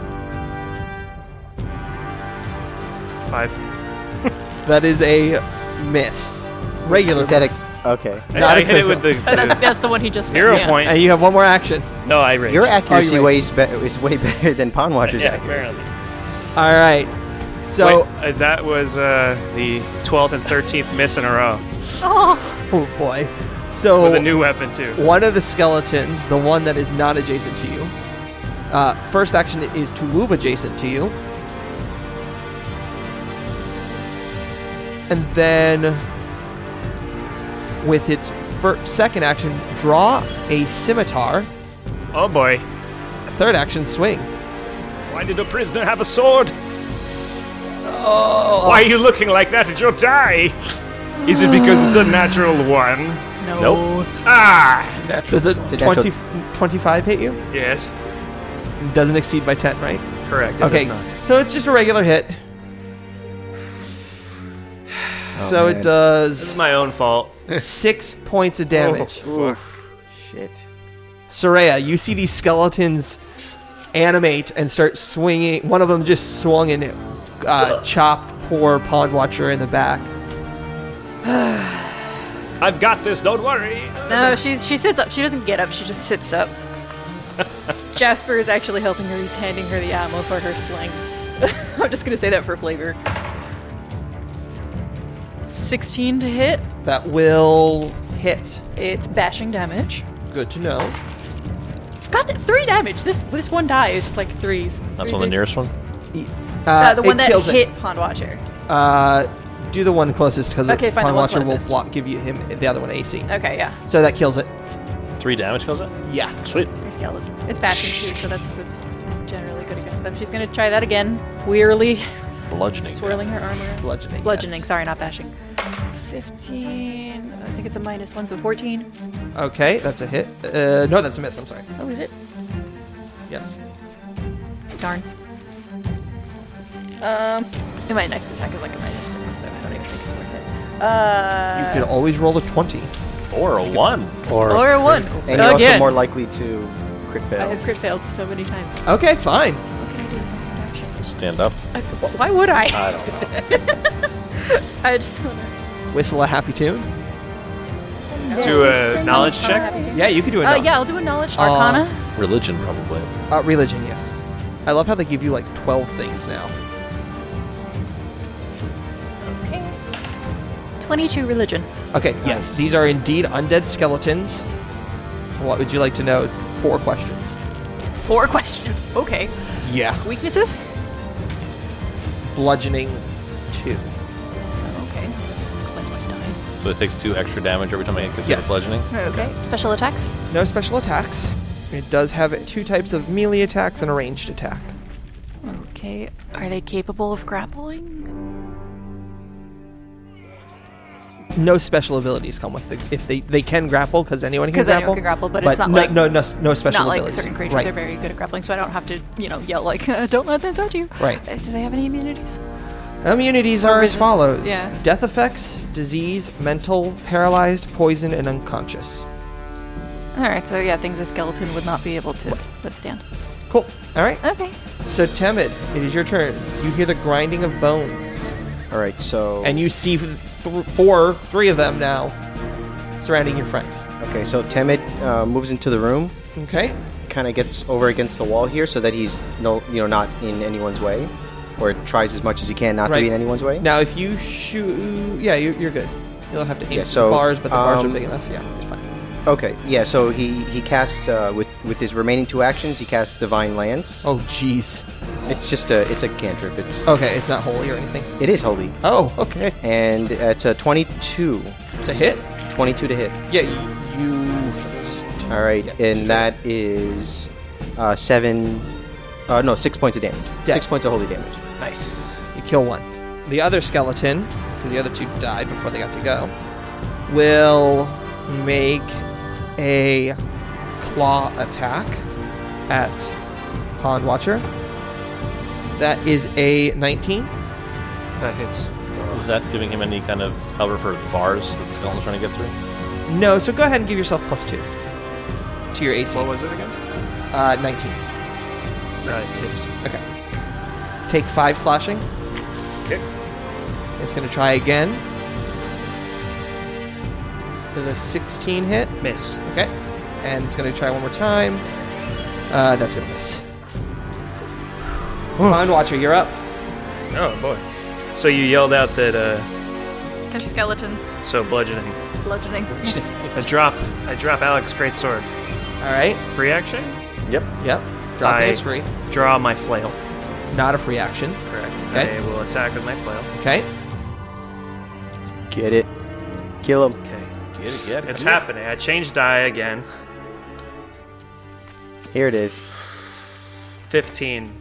Five. That is a miss. Regular. Is that miss. a okay? I- Not I, a hit it with the Oh, that's, that's the one he just hero made, yeah. point. And you have one more action. no, I raged. Your accuracy Oh, you're way is, be- is way better than Pawn Watcher's yeah, accuracy. apparently. All right. So, Wait, uh, that was uh, the 12th and 13th miss in a row oh boy. So with a new weapon too. one of the skeletons, the one that is not adjacent to you. Uh, first action is to move adjacent to you. And then, with its fir- second action, draw a scimitar. Oh boy! Third action, swing. Why did a prisoner have a sword? Oh. Why are you looking like that at your die? Is it because it's a natural one? No. Ah, Does it a natural- 20, 25 hit you? yes, Doesn't exceed by 10, right? correct. It Okay, does not. so it's just a regular hit. so man. it This is does my own fault. six points of damage. Shit. Soraya, you see these skeletons animate and start swinging. One of them just swung and uh, chopped poor Pond Watcher in the back. I've got this. Don't worry. No, she's she sits up. She doesn't get up. She just sits up. Jasper is actually helping her. He's handing her the ammo for her sling. I'm just gonna say that for flavor. Sixteen to hit. That will hit. It's bashing damage. Good to know. Got that three damage. This this one die is just like threes. That's Three on the di- nearest one. Uh, Uh, the it one that kills hit It. Pond Watcher. Uh, do the one closest because Okay, fine, the Pond one Watcher will closest. block, give you him the other one AC. Okay, yeah. So that kills it. Three damage kills it. Yeah. Sweet. Skeletons. It's bashing too, so that's that's generally good against them. She's gonna try that again. Wearily Bludgeoning. swirling her armor. Bludgeoning. Bludgeoning, yes. sorry, not bashing. 15. I think it's a minus one, so 14. Okay, that's a hit. Uh, no, that's a miss. I'm sorry. Oh, is it? Yes. Darn. Um, and my next attack is like a minus six, so I don't even think it's worth it. Uh, you could always roll a 20. Or a one. or a one. And you're also Again. more likely to crit I fail. have crit failed so many times. Okay, fine. What can I do? with this action? Stand up. I- wh- Why would I? I don't know. I just want to. Whistle a happy tune. Do a uh, knowledge check. Yeah, you could do it. Uh, yeah, I'll do a knowledge arcana. Religion probably. Uh, religion, yes. I love how they give you like 12 things now. Okay. 22 religion. Okay, yes. These are indeed undead skeletons. What would you like to know? Four questions. Four questions. Okay. Yeah. Weaknesses? Bludgeoning, two. Okay. So it takes two extra damage every time I get Yes. yes. bludgeoning. Okay. Special attacks? No special attacks. It does have two types of melee attacks and a ranged attack. Okay. Are they capable of grappling? No special abilities come with it. If they they can grapple, because anyone can 'Cause grapple. anyone can grapple, but it's not no, like- no no s- no special Not like abilities. certain creatures Right. are very good at grappling, so I don't have to, you know, yell like, "Don't let them touch you." Right. Uh, Do they have any immunities? Immunities are as resist- follows yeah. death effects, disease, mental, paralyzed, poison, and unconscious. All right. So yeah, things a skeleton would not be able to withstand. Cool. All right. Okay. So, Temid, it is your turn. You hear the grinding of bones, All right, so and you see f- th- four, three of them now surrounding your friend. okay, so Temid uh, moves into the room, Okay. kind of gets over against the wall here, so that he's no, you know, not in anyone's way, or tries as much as he can not to Right. be in anyone's way. Now, if you shoot, yeah, you're, you're good. You'll have to aim Yeah, for so, the bars, but the bars are um, big enough. Yeah, it's fine. Okay, yeah. So he he casts uh, with with his remaining two actions. He casts Divine Lance. Oh, jeez. It's just a it's a cantrip. It's Okay, it's not holy or anything. it is holy, Oh, okay. and uh, it's a twenty-two. To hit? 22 to hit. Yeah, y- you. All right, Yeah, and sure. that is uh, seven. Uh, no, six points of damage. Dead. Six points of holy damage. Nice. You kill one. The other skeleton, because the other two died before they got to go, will make a claw attack at Pond Watcher. That is a 19. That hits. Is that giving him any kind of cover for the bars that Skeleton's trying to get through? No, so go ahead and give yourself plus two to your AC. What was it again? Uh, 19. That hits. Okay. Take five slashing. Okay. It's going to try again. There's a 16 hit. Miss. Okay. And it's going to try one more time. Uh, that's going to miss. Pond Watcher, you're up. Oh boy. So you yelled out that uh They're skeletons so bludgeoning. bludgeoning. I drop I drop Alex great sword. All right. Free action? Yep. Drop I- it is free. Draw my flail. Not a free action. Correct. Okay. I will attack with my flail. Okay. Get it. Kill him. Okay. Get it, get it. It's happening. I changed die again. Here it is. Fifteen.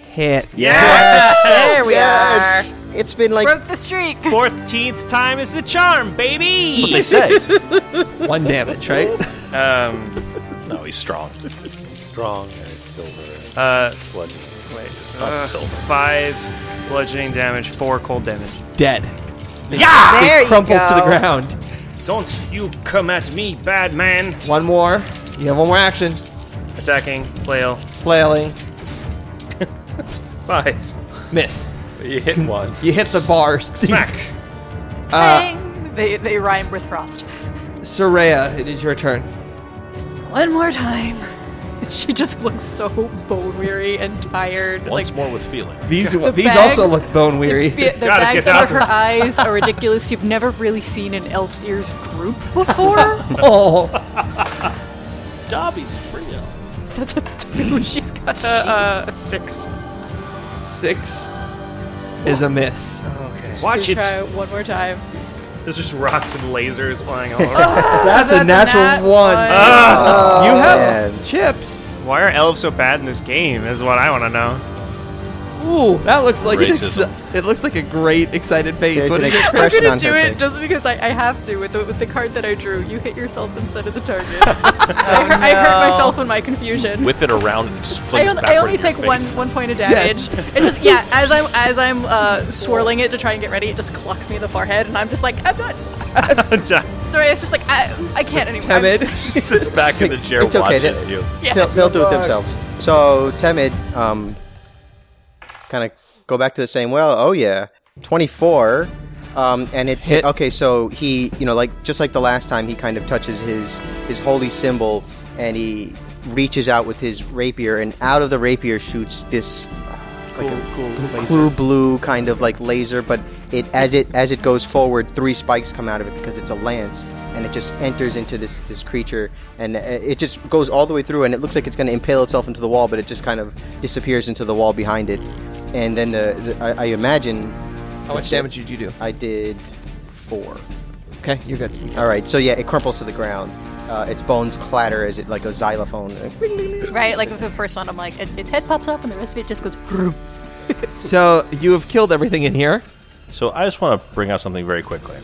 Hit. Yes! there we Yes! It's been like Broke the streak. Fourteenth time is the charm, baby! said. One damage, right? Um No, he's strong. Strong and silver. uh Blood. wait. Not Uh, silver. Five bludgeoning damage, four cold damage. Dead. Yeah! There you Crumples to the go. ground. Don't you come at me, bad man! One more. You have one more action. Attacking, flail, Flailing. five. Miss. You hit once. You hit the bars. Smack! Uh, Bang. They, they rhyme with frost. Soraya, it is your turn. One more time. She just looks so bone weary and tired. Once like more with feeling. These The these bags- also look bone weary. The, the Gotta bags get under out. her eyes are ridiculous. You've never really seen an elf's ears droop before. oh, Dobby's free now. That's a two. She's got a, uh, six. six is a miss. Okay. Watch Gonna it! Try one more time. There's just rocks and lasers flying all over. That's, a that's a natural nat one. Ah. one. you have Oh, man. chips. Why are elves so bad in this game? Is what I want to know. Ooh, that looks like an ex- Racism. it looks like a great excited face. There's What an did you- I'm expression gonna on do her it face. just because I, I have to with the, with the card that I drew. You hit yourself instead of the target. Oh, I, hurt, I hurt myself in my confusion. Whip it around and it just I, flings on, backward I only in your take one face. one point of damage. It just yeah, as I'm as I'm uh, swirling it to try and get ready, it just clocks me in the forehead, and I'm just like I'm done. Sorry, it's just like I I can't anymore. I'm- Timid. She sits back in the chair, It's okay, watches that- you. Yes. They'll, they'll do it themselves. So Temid, um, kind of go back to the same. Well, oh yeah, twenty-four, um, and it. Hit. okay, so he, you know, like just like the last time, he kind of touches his his holy symbol, and he reaches out with his rapier, and out of the rapier shoots this. Cool, like a cool blue, blue kind of like laser, but it as it as it goes forward, three spikes come out of it because it's a lance, and it just enters into this this creature, and uh, it just goes all the way through, and it looks like it's going to impale itself into the wall, but it just kind of disappears into the wall behind it, and then the, the I, I imagine How much damage did you do? I did four. Okay, you're good. You All right, so yeah, it crumples to the ground. Uh, its bones clatter as it like a xylophone. Right, like with the first one, I'm like it, its head pops off, and the rest of it just goes. can- So you have killed everything in here. So I just want to bring out something very quickly.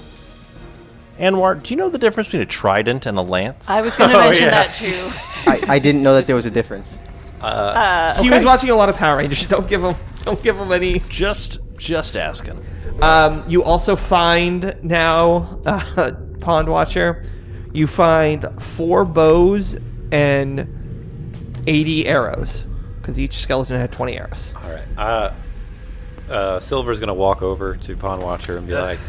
Anwar, do you know the difference between a trident and a lance? I was Oh, gonna mention that too. I, I didn't know that there was a difference. Uh, He was watching a lot of Power Rangers. Don't give him. Don't give him any. just, just asking. Um, you also find now, uh, Pond Watcher, you find four bows and 80 arrows. Because each skeleton had 20 arrows. All right. Uh, uh, Silver's gonna walk over to Pond Watcher and be like,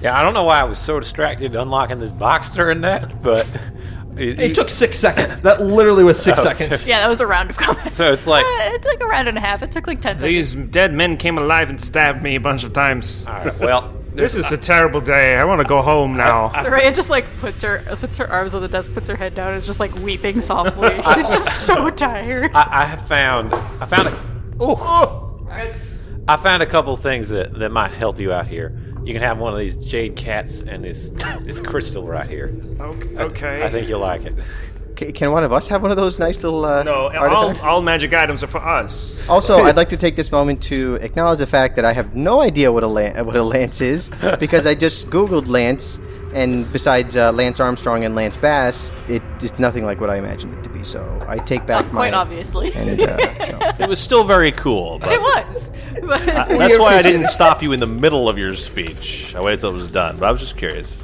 "Yeah, I don't know why I was so distracted unlocking this box during that, but it, It took six seconds. That literally was six Oh, seconds. Yeah, that was a round of comments. So it's like- Uh, it took a round and a half. It took like ten seconds. These dead men came alive and stabbed me a bunch of times. All right. Well, This is a terrible day. Ah, I want to go home now. Soraya just like puts her puts her arms on the desk, puts her head down, and is just like weeping softly. She's just so tired. I, I have found I found a oh, I found a couple things that, that might help you out here. You can have one of these jade cats and this this crystal right here. Okay. I th- I think you'll like it. C- can one of us have one of those nice little uh, No, all, artifacts? all magic items are for us. Also, I'd like to take this moment to acknowledge the fact that I have no idea what a lan- what a lance is because I just googled lance, and besides uh, Lance Armstrong and Lance Bass, it is nothing like what I imagined it to be. So I take back my Quite obviously, And, uh, so. It was still very cool, but it was. But that's why I didn't stop you in the middle of your speech. I waited till it was done, but I was just curious.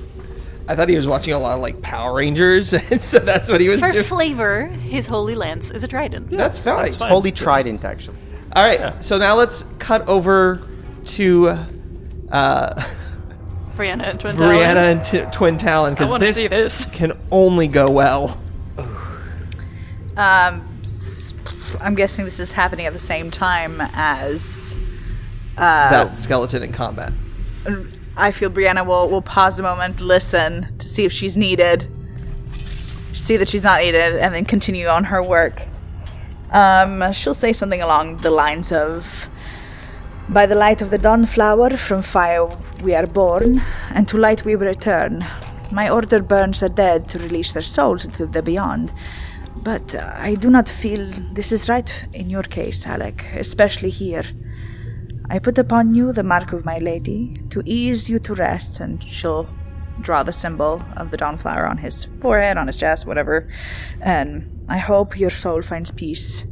I thought he was watching a lot of like Power Rangers, and so that's what he was for doing. flavor, his holy lance is a trident. that's fine. That's fine. Holy Trident, actually. All right, so now let's cut over to uh, Brianna and Twin Brianna and T- Twin Talon I because want to this, see this. can only go well. Um, s- I'm guessing this is happening at the same time as Uh, that skeleton in combat. I feel Brianna will, will pause a moment, listen to see if she's needed, see that she's not needed, and then continue on her work. Um, she'll say something along the lines of By the light of the dawnflower, from fire we are born, and to light we return. My order burns the dead to release their souls into the beyond. But uh, I do not feel this is right in your case, Alec, especially here. I put upon you the mark of my lady to ease you to rest, and she'll draw the symbol of the dawnflower on his forehead, on his chest, whatever. And I hope your soul finds peace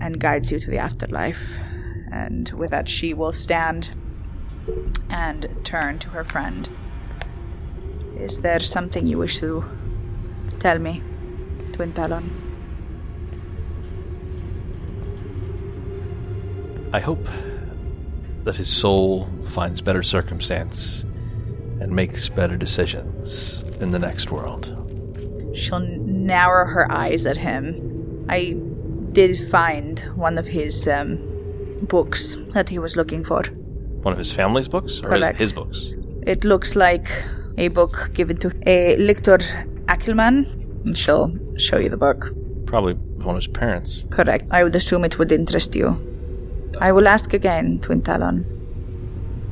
and guides you to the afterlife. And with that, she will stand and turn to her friend. Is there something you wish to tell me, Twin Talon? I hope that his soul finds better circumstance and makes better decisions in the next world. She'll narrow her eyes at him. I did find one of his um, books that he was looking for. One of his family's books or his, Correct. his books? It looks like a book given to a Lictor Ackelman. And she'll show you the book. Probably one of his parents. Correct. I would assume it would interest you. I will ask again, Twin Talon.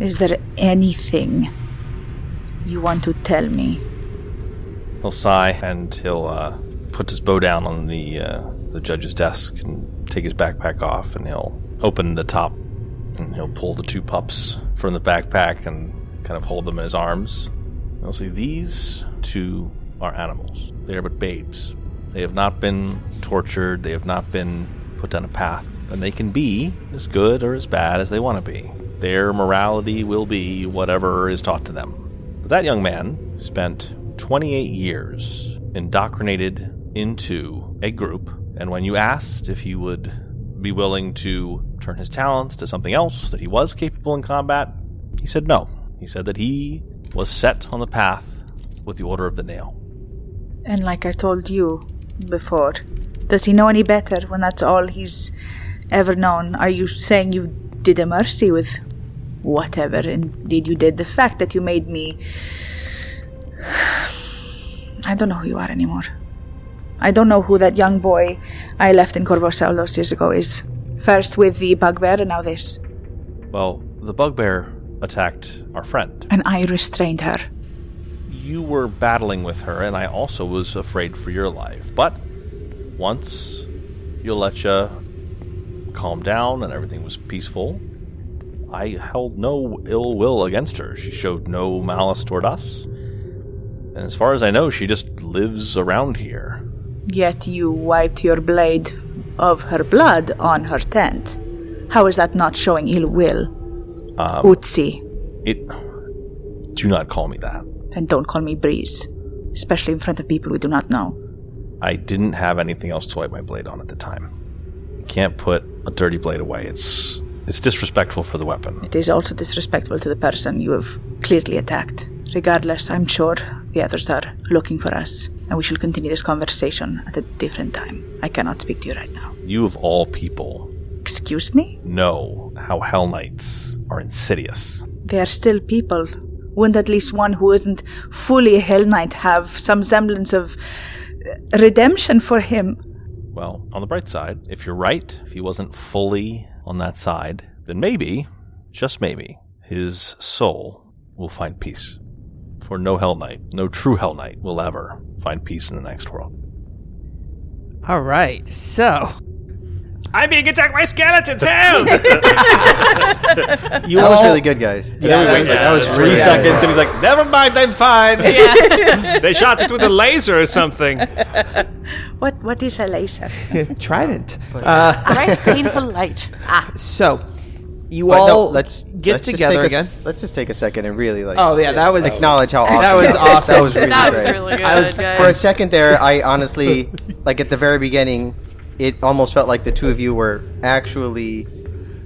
Is there anything you want to tell me? He'll sigh and he'll uh, put his bow down on the uh, the judge's desk and take his backpack off and he'll open the top and he'll pull the two pups from the backpack and kind of hold them in his arms. And he'll see these two are animals. They are but babes. They have not been tortured. They have not been put down a path, and they can be as good or as bad as they want to be. Their morality will be whatever is taught to them. But that young man spent 28 years indoctrinated into a group, and when you asked if he would be willing to turn his talents to something else, that he was capable in combat, he said no. He said that he was set on the path with the Order of the Nail. And like I told you before, does he know any better when that's all he's ever known? Are you saying you did a mercy with whatever indeed you did? The fact that you made me. I don't know who you are anymore. I don't know who that young boy I left in Corvosal those years ago is. First with the bugbear and now this. Well, the bugbear attacked our friend. And I restrained her. you were battling with her, and I also was afraid for your life. But once Yulecha calmed down and everything was peaceful, I held no ill will against her. She showed no malice toward us. And as far as I know, she just lives around here. Yet you wiped your blade of her blood on her tent. How is that not showing ill will? Um, Utsi. It. Do not call me that. And don't call me Breeze. Especially in front of people we do not know. I didn't have anything else to wipe my blade on at the time. You can't put a dirty blade away. It's it's disrespectful for the weapon. It is also disrespectful to the person you have clearly attacked. Regardless, I'm sure the others are looking for us, and we shall continue this conversation at a different time. I cannot speak to you right now. You of all people Excuse me? know how Hell Knights are insidious. They are still people. Wouldn't at least one who isn't fully a Hell Knight have some semblance of uh, redemption for him? Well, on the bright side, if you're right, if he wasn't fully on that side, then maybe, just maybe, his soul will find peace. For no Hell Knight, no true Hell Knight will ever find peace in the next world. All right, so I'm being attacked by skeletons. Help! you That all was really good, guys. Yeah, that was- that was Three really seconds, and he's like, never mind, I'm fine. they shot it with a laser or something. What What is a laser? Trident. Bright, painful light. So you But all no, let's get let's just together take a again. s- letlet's just take a second and really like. Oh, yeah, that was- acknowledge how awesome That was it awesome. That was really That great. was really good. I was- guys. For a second there, I honestly, like at the very beginning, it almost felt like the two of you were actually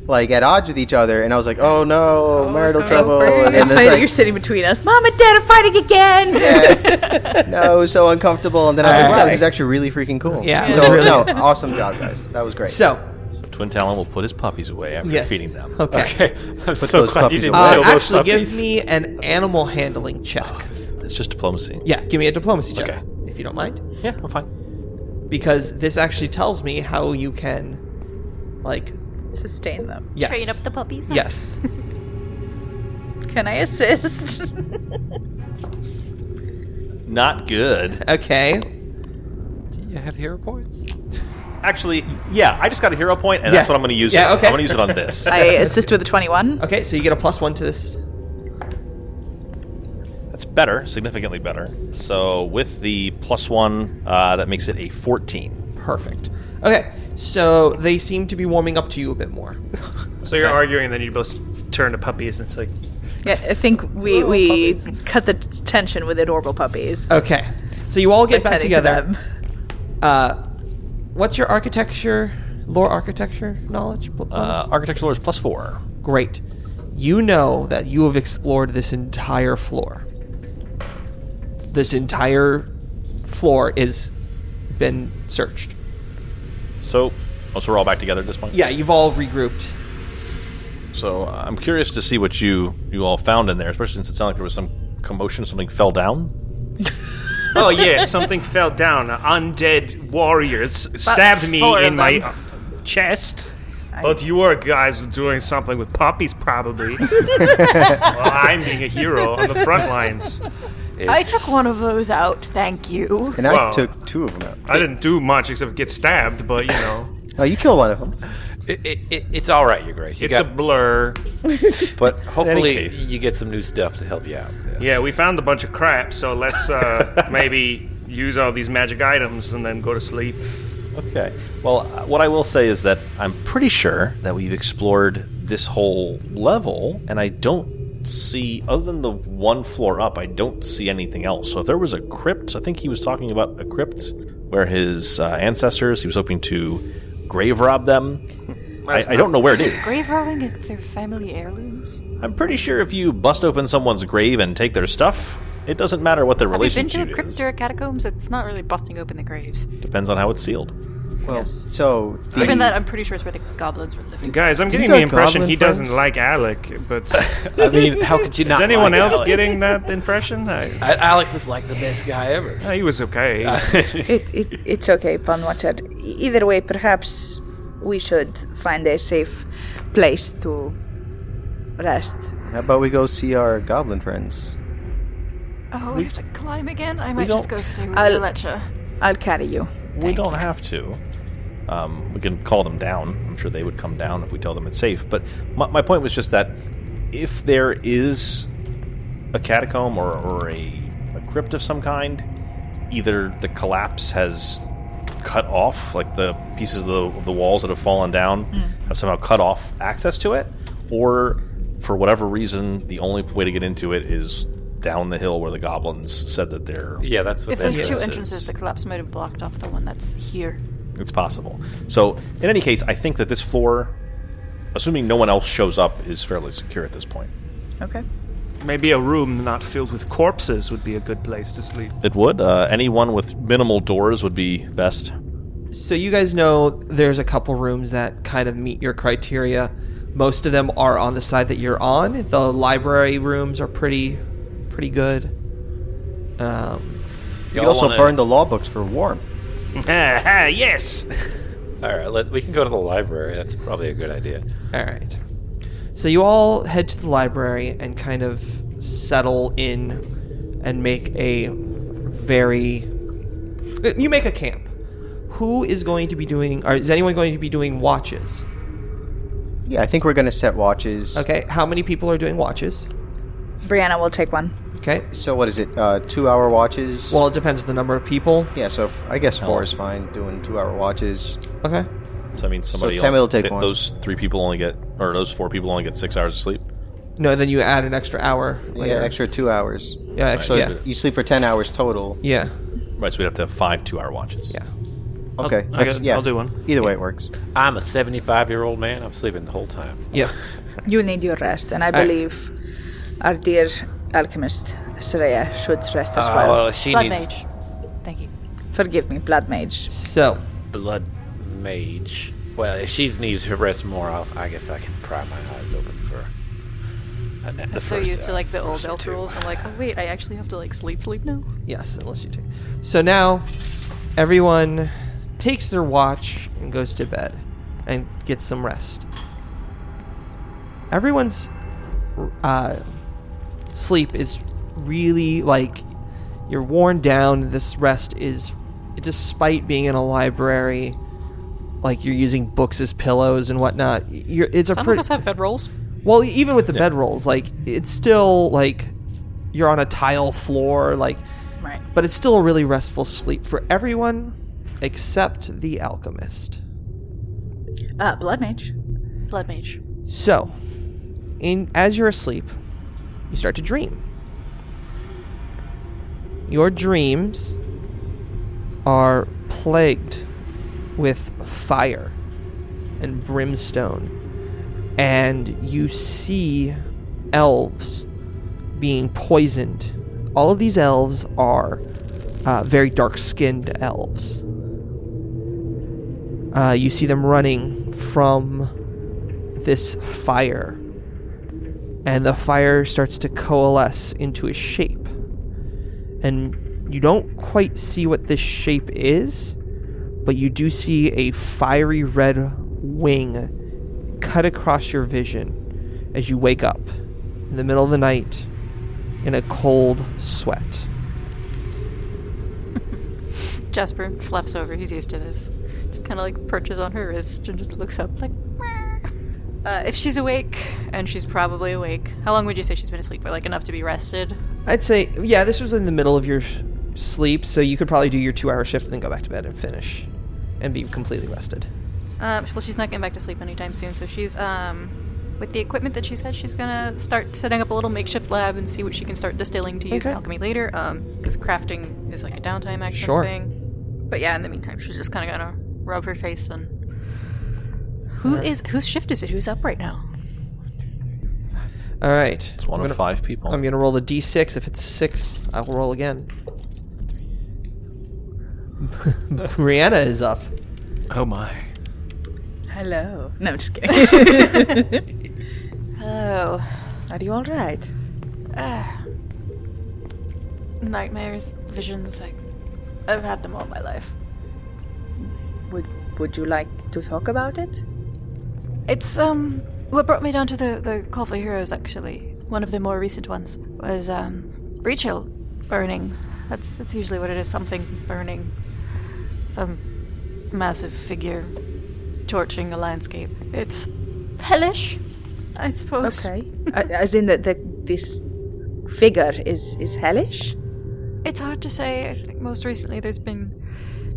like at odds with each other, and I was like, oh no, marital going trouble. great. And That's it's why like, you're sitting between us. Mom and Dad are fighting again. no, it was so uncomfortable. And then I was like, wow, Right. this is actually really freaking cool. Yeah. So Really. no, awesome job, guys. That was great. So uh, Twin Talon will put his puppies away after yes, feeding them. Okay. I'm so those glad you puppies didn't away. Uh, kill those actually, give puppies. me an animal handling check. It's just diplomacy. Yeah, give me a diplomacy check Okay. if you don't mind, Yeah, I'm fine. because this actually tells me how you can, like, Sustain them. yes, Train up the puppies. yes. Can I assist? Not good. Okay. You have hero points? Actually, yeah, I just got a hero point, and that's Yeah. what I'm going to use. Yeah, it. on. okay. I'm going to use it on this. I assist with a 21. Okay, so you get a plus one to this. That's better, significantly better. So with the plus one, uh, that makes it a 14. Perfect. Okay, so they seem to be warming up to you a bit more. So you're arguing, then you both turn to puppies, and it's like, Yeah, I think we we cut the t- tension with adorable puppies. Okay, so you all get back Attending to together. them. Uh, what's your architecture, lore architecture knowledge? Bl- bonus? Uh, architectural is plus four. Great. You know that you have explored this entire floor. This entire floor is been searched. So, oh, so we're all back together at this point. Yeah, you've all regrouped. So uh, I'm curious to see what you you all found in there, especially since it sounded like there was some commotion, something fell down. "Oh yeah, something fell down. Undead warriors stabbed me four of in my them. uh, chest." But you are guys doing something with puppies, probably. well, I'm being a hero on the front lines. I took one of those out. Thank you. and I Wow. took two of them out. I didn't do much except get stabbed, but you know, Oh, you killed one of them. It, it, it, it's all right, Your Grace. You it's a got, blur. but hopefully case. you get some new stuff to help you out. with this. Yeah, we found a bunch of crap, so let's uh, maybe use all these magic items and then go to sleep. Okay. Well, uh, what I will say is that I'm pretty sure that we've explored this whole level, and I don't see other than the one floor up. I don't see anything else. So if there was a crypt, I think he was talking about a crypt where his uh, ancestors he was hoping to grave rob them. I, I don't know where it is. Grave robbing of their family heirlooms. I'm pretty sure if you bust open someone's grave and take their stuff, it doesn't matter what their Have you been relationship to a crypt is. or a catacombs? It's not really busting open the graves. Depends on how it's sealed. Well, so the, Even that, I'm pretty sure is where the goblins were living. Guys, I'm Didn't getting the our impression goblin he doesn't friends- like Alec, but is I mean, how could you not? anyone like else Alex? getting that impression? I, I- Alec was like the best guy ever. he was okay. It, it, it's okay, Panwatcher. Either way, perhaps we should find a safe place to rest. how about we go see our goblin friends? Oh, we have to climb again? I might just go stay with I'll- Alecha. I'll carry you. we don't have to. Um, we can call them down. I'm sure they would come down if we tell them it's safe. But my, my point was just that if there is a catacomb or, or a, a crypt of some kind, either the collapse has cut off, like the pieces of the, of the walls that have fallen down have somehow cut off access to it, or for whatever reason, the only way to get into it is down the hill where the goblins said that they're Yeah, that's what If they there's two entrances. entrances, the collapse might have blocked off the one that's here. It's possible. So, in any case, I think that this floor, assuming no one else shows up, is fairly secure at this point. Okay. Maybe a room not filled with corpses would be a good place to sleep. It would. Uh, anyone with minimal doors would be best. So you guys know there's a couple rooms that kind of meet your criteria. Most of them are on the side that you're on. The library rooms are pretty, pretty good. Um, You could also burn the law books for warmth. yes. All right, let, we can go to the library. That's probably a good idea. All right. So you all head to the library and kind of settle in and make a very. You make a camp. Who is going to be doing? Or is anyone going to be doing watches? Yeah, I think we're gonna set watches. Okay. How many people are doing watches? Brianna will take one. Okay. So what is it? Uh, two-hour watches. Well, it depends on the number of people. yeah. So f- I guess Oh. four is fine. Doing two-hour watches. Okay. So I mean, somebody. Tammy only- will take th- one. Those three people only get, or those four people only get six hours of sleep. No, then you add an extra hour later. Yeah, extra two hours. Yeah, extra. So you sleep for ten hours total. yeah. Right, so we'd have to have five two-hour watches. Yeah. Okay. I that's- got- yeah. I'll do one. Either way, it works. I'm a 75 year old man. I'm sleeping the whole time. Yeah. You need your rest, and I believe our dear alchemist Sreya should rest as Uh, well. well, she Blood needs mage. Thank you. Forgive me, blood mage. So, blood mage. Well, if she needs to rest more, I'll, I guess I can pry my eyes open for. a na- the I'm so first used to hour, like the old first or elf two. rules. I'm like, oh wait, I actually have to like sleep, sleep now. yes, unless you take. So now, everyone takes their watch and goes to bed and gets some rest. Everyone's uh, sleep is really like you're worn down. This rest is, despite being in a library, like you're using books as pillows and whatnot. You're, it's a Some pretty. of us have bed rolls. Well, e-, even with the bed rolls, like it's still like you're on a tile floor, like, Right. but it's still a really restful sleep for everyone except the alchemist. Uh, blood mage. Blood mage. So, in as you're asleep, you start to dream. Your dreams are plagued with fire and brimstone, and you see elves being poisoned. All of these elves are uh, very dark-skinned elves. Uh, you see them running from this fire. And the fire starts to coalesce into a shape. And you don't quite see what this shape is, but you do see a fiery red wing cut across your vision as you wake up in the middle of the night in a cold sweat. Jasper flaps over. He's used to this. Just kind of like perches on her wrist and just looks up like. "Meow." Uh, if she's awake, and she's probably awake, how long would you say she's been asleep for? Like enough to be rested? I'd say, yeah, this was in the middle of your sh- sleep, so you could probably do your two hour shift and then go back to bed and finish and be completely rested. Um, well, she's not getting back to sleep anytime soon, so she's um, with the equipment that she's had, she's gonna start setting up a little makeshift lab and see what she can start distilling to use in Okay. alchemy later. Um, because crafting is like a downtime action Sure. thing. But yeah, in the meantime, she's just kind of gonna rub her face and. Who is whose shift is it? Who's up right now? All right. It's one I'm of gonna- five people. I'm gonna roll the d6. If it's six, I'll roll again. Brianna is up. Oh my. Hello. No, just kidding. Hello. Are you all right? Ah. nightmares, visions. Like, I've had them all my life. Would Would you like to talk about it? It's um what brought me down to the the Call for Heroes actually. One of the more recent ones was um Breach Hill burning. That's that's usually what it is, something burning. Some massive figure torching a landscape. It's hellish, I suppose. Uh, As in that the, this figure is is hellish. It's hard to say. I think most recently there's been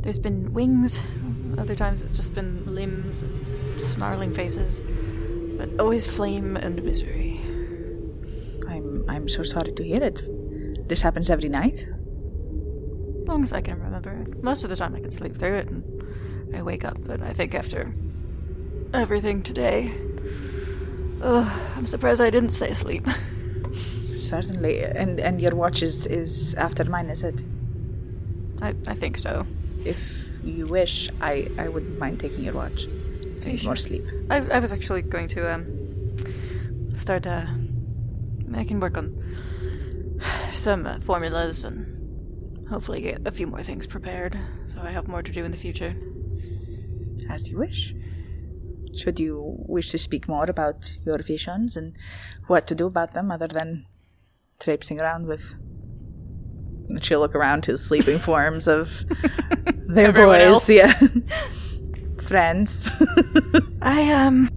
there's been wings. Other times it's just been limbs and snarling faces. But always flame and misery. I'm I'm so sorry to hear it. This happens every night. As long as I can remember. Most of the time I can sleep through it and I wake up, but I think after everything today. Ugh, I'm surprised I didn't say sleep. Certainly, and and your watch is is after mine, is it? I, I think so. If you wish, I I wouldn't mind taking your watch. I need more sleep. I, I was actually going to um start. Uh, I can work on some uh, formulas and hopefully get a few more things prepared, so I have more to do in the future. As you wish. Should you wish to speak more about your visions and what to do about them other than traipsing around with. And she'll look around to the sleeping forms of their Everyone boys. else. Yeah. Friends. I um.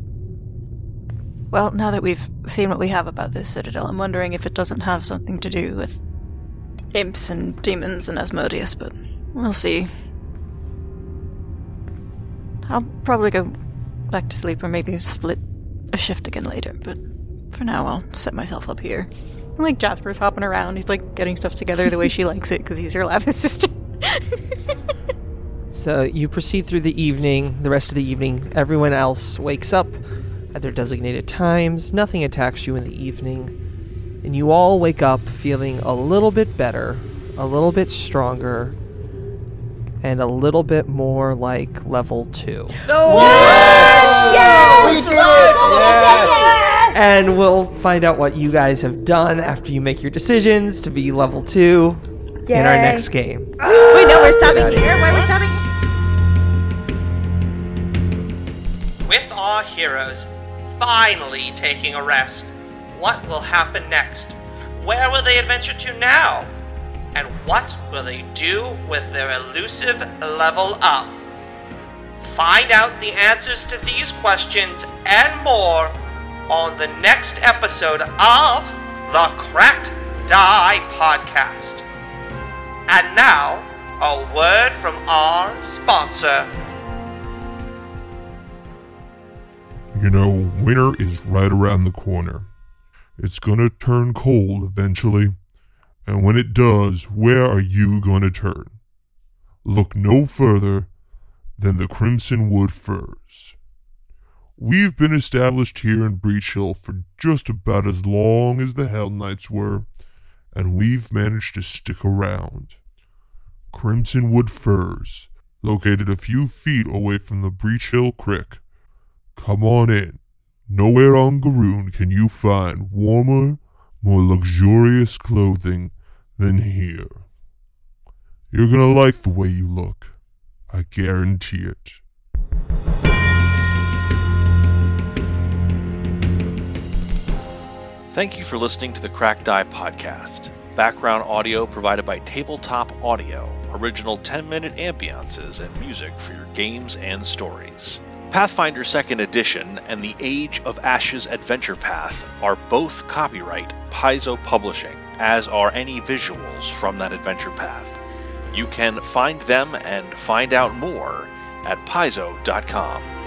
Well, now that we've seen what we have about this citadel, I'm wondering if it doesn't have something to do with imps and demons and Asmodeus, but we'll see. I'll probably go back to sleep or maybe split a shift again later, but for now I'll set myself up here. And, like Jasper's hopping around, he's like getting stuff together the way she likes it because he's her lab assistant. So you proceed through the evening, the rest of the evening. Everyone else wakes up at their designated times. Nothing attacks you in the evening. And you all wake up feeling a little bit better, a little bit stronger, and a little bit more like level two. And we'll find out what you guys have done after you make your decisions to be level two in our Yay. next game. Wait, no, we're stopping here. Why are we stopping? With our heroes finally taking a rest, what will happen next? Where will they adventure to now? And what will they do with their elusive level up? Find out the answers to these questions and more on the next episode of the Cracked Die Podcast. And now, a word from our sponsor. You know, winter is right around the corner. It's gonna turn cold eventually. And when it does, where are you gonna turn? Look no further than the Crimson Wood Firs. We've been established here in Breach Hill for just about as long as the Hell Knights were, and we've managed to stick around. Crimson Wood Firs, located a few feet away from the Breach Hill Creek, Come on in. Nowhere on Garoon can you find warmer, more luxurious clothing than here. You're gonna like the way you look. I guarantee it. Thank you for listening to the Crack Die Podcast. Background audio provided by Tabletop Audio, original 10 minute ambiances and music for your games and stories. Pathfinder 2nd Edition and the Age of Ashes Adventure Path are both copyright Paizo Publishing, as are any visuals from that adventure path. You can find them and find out more at paizo.com.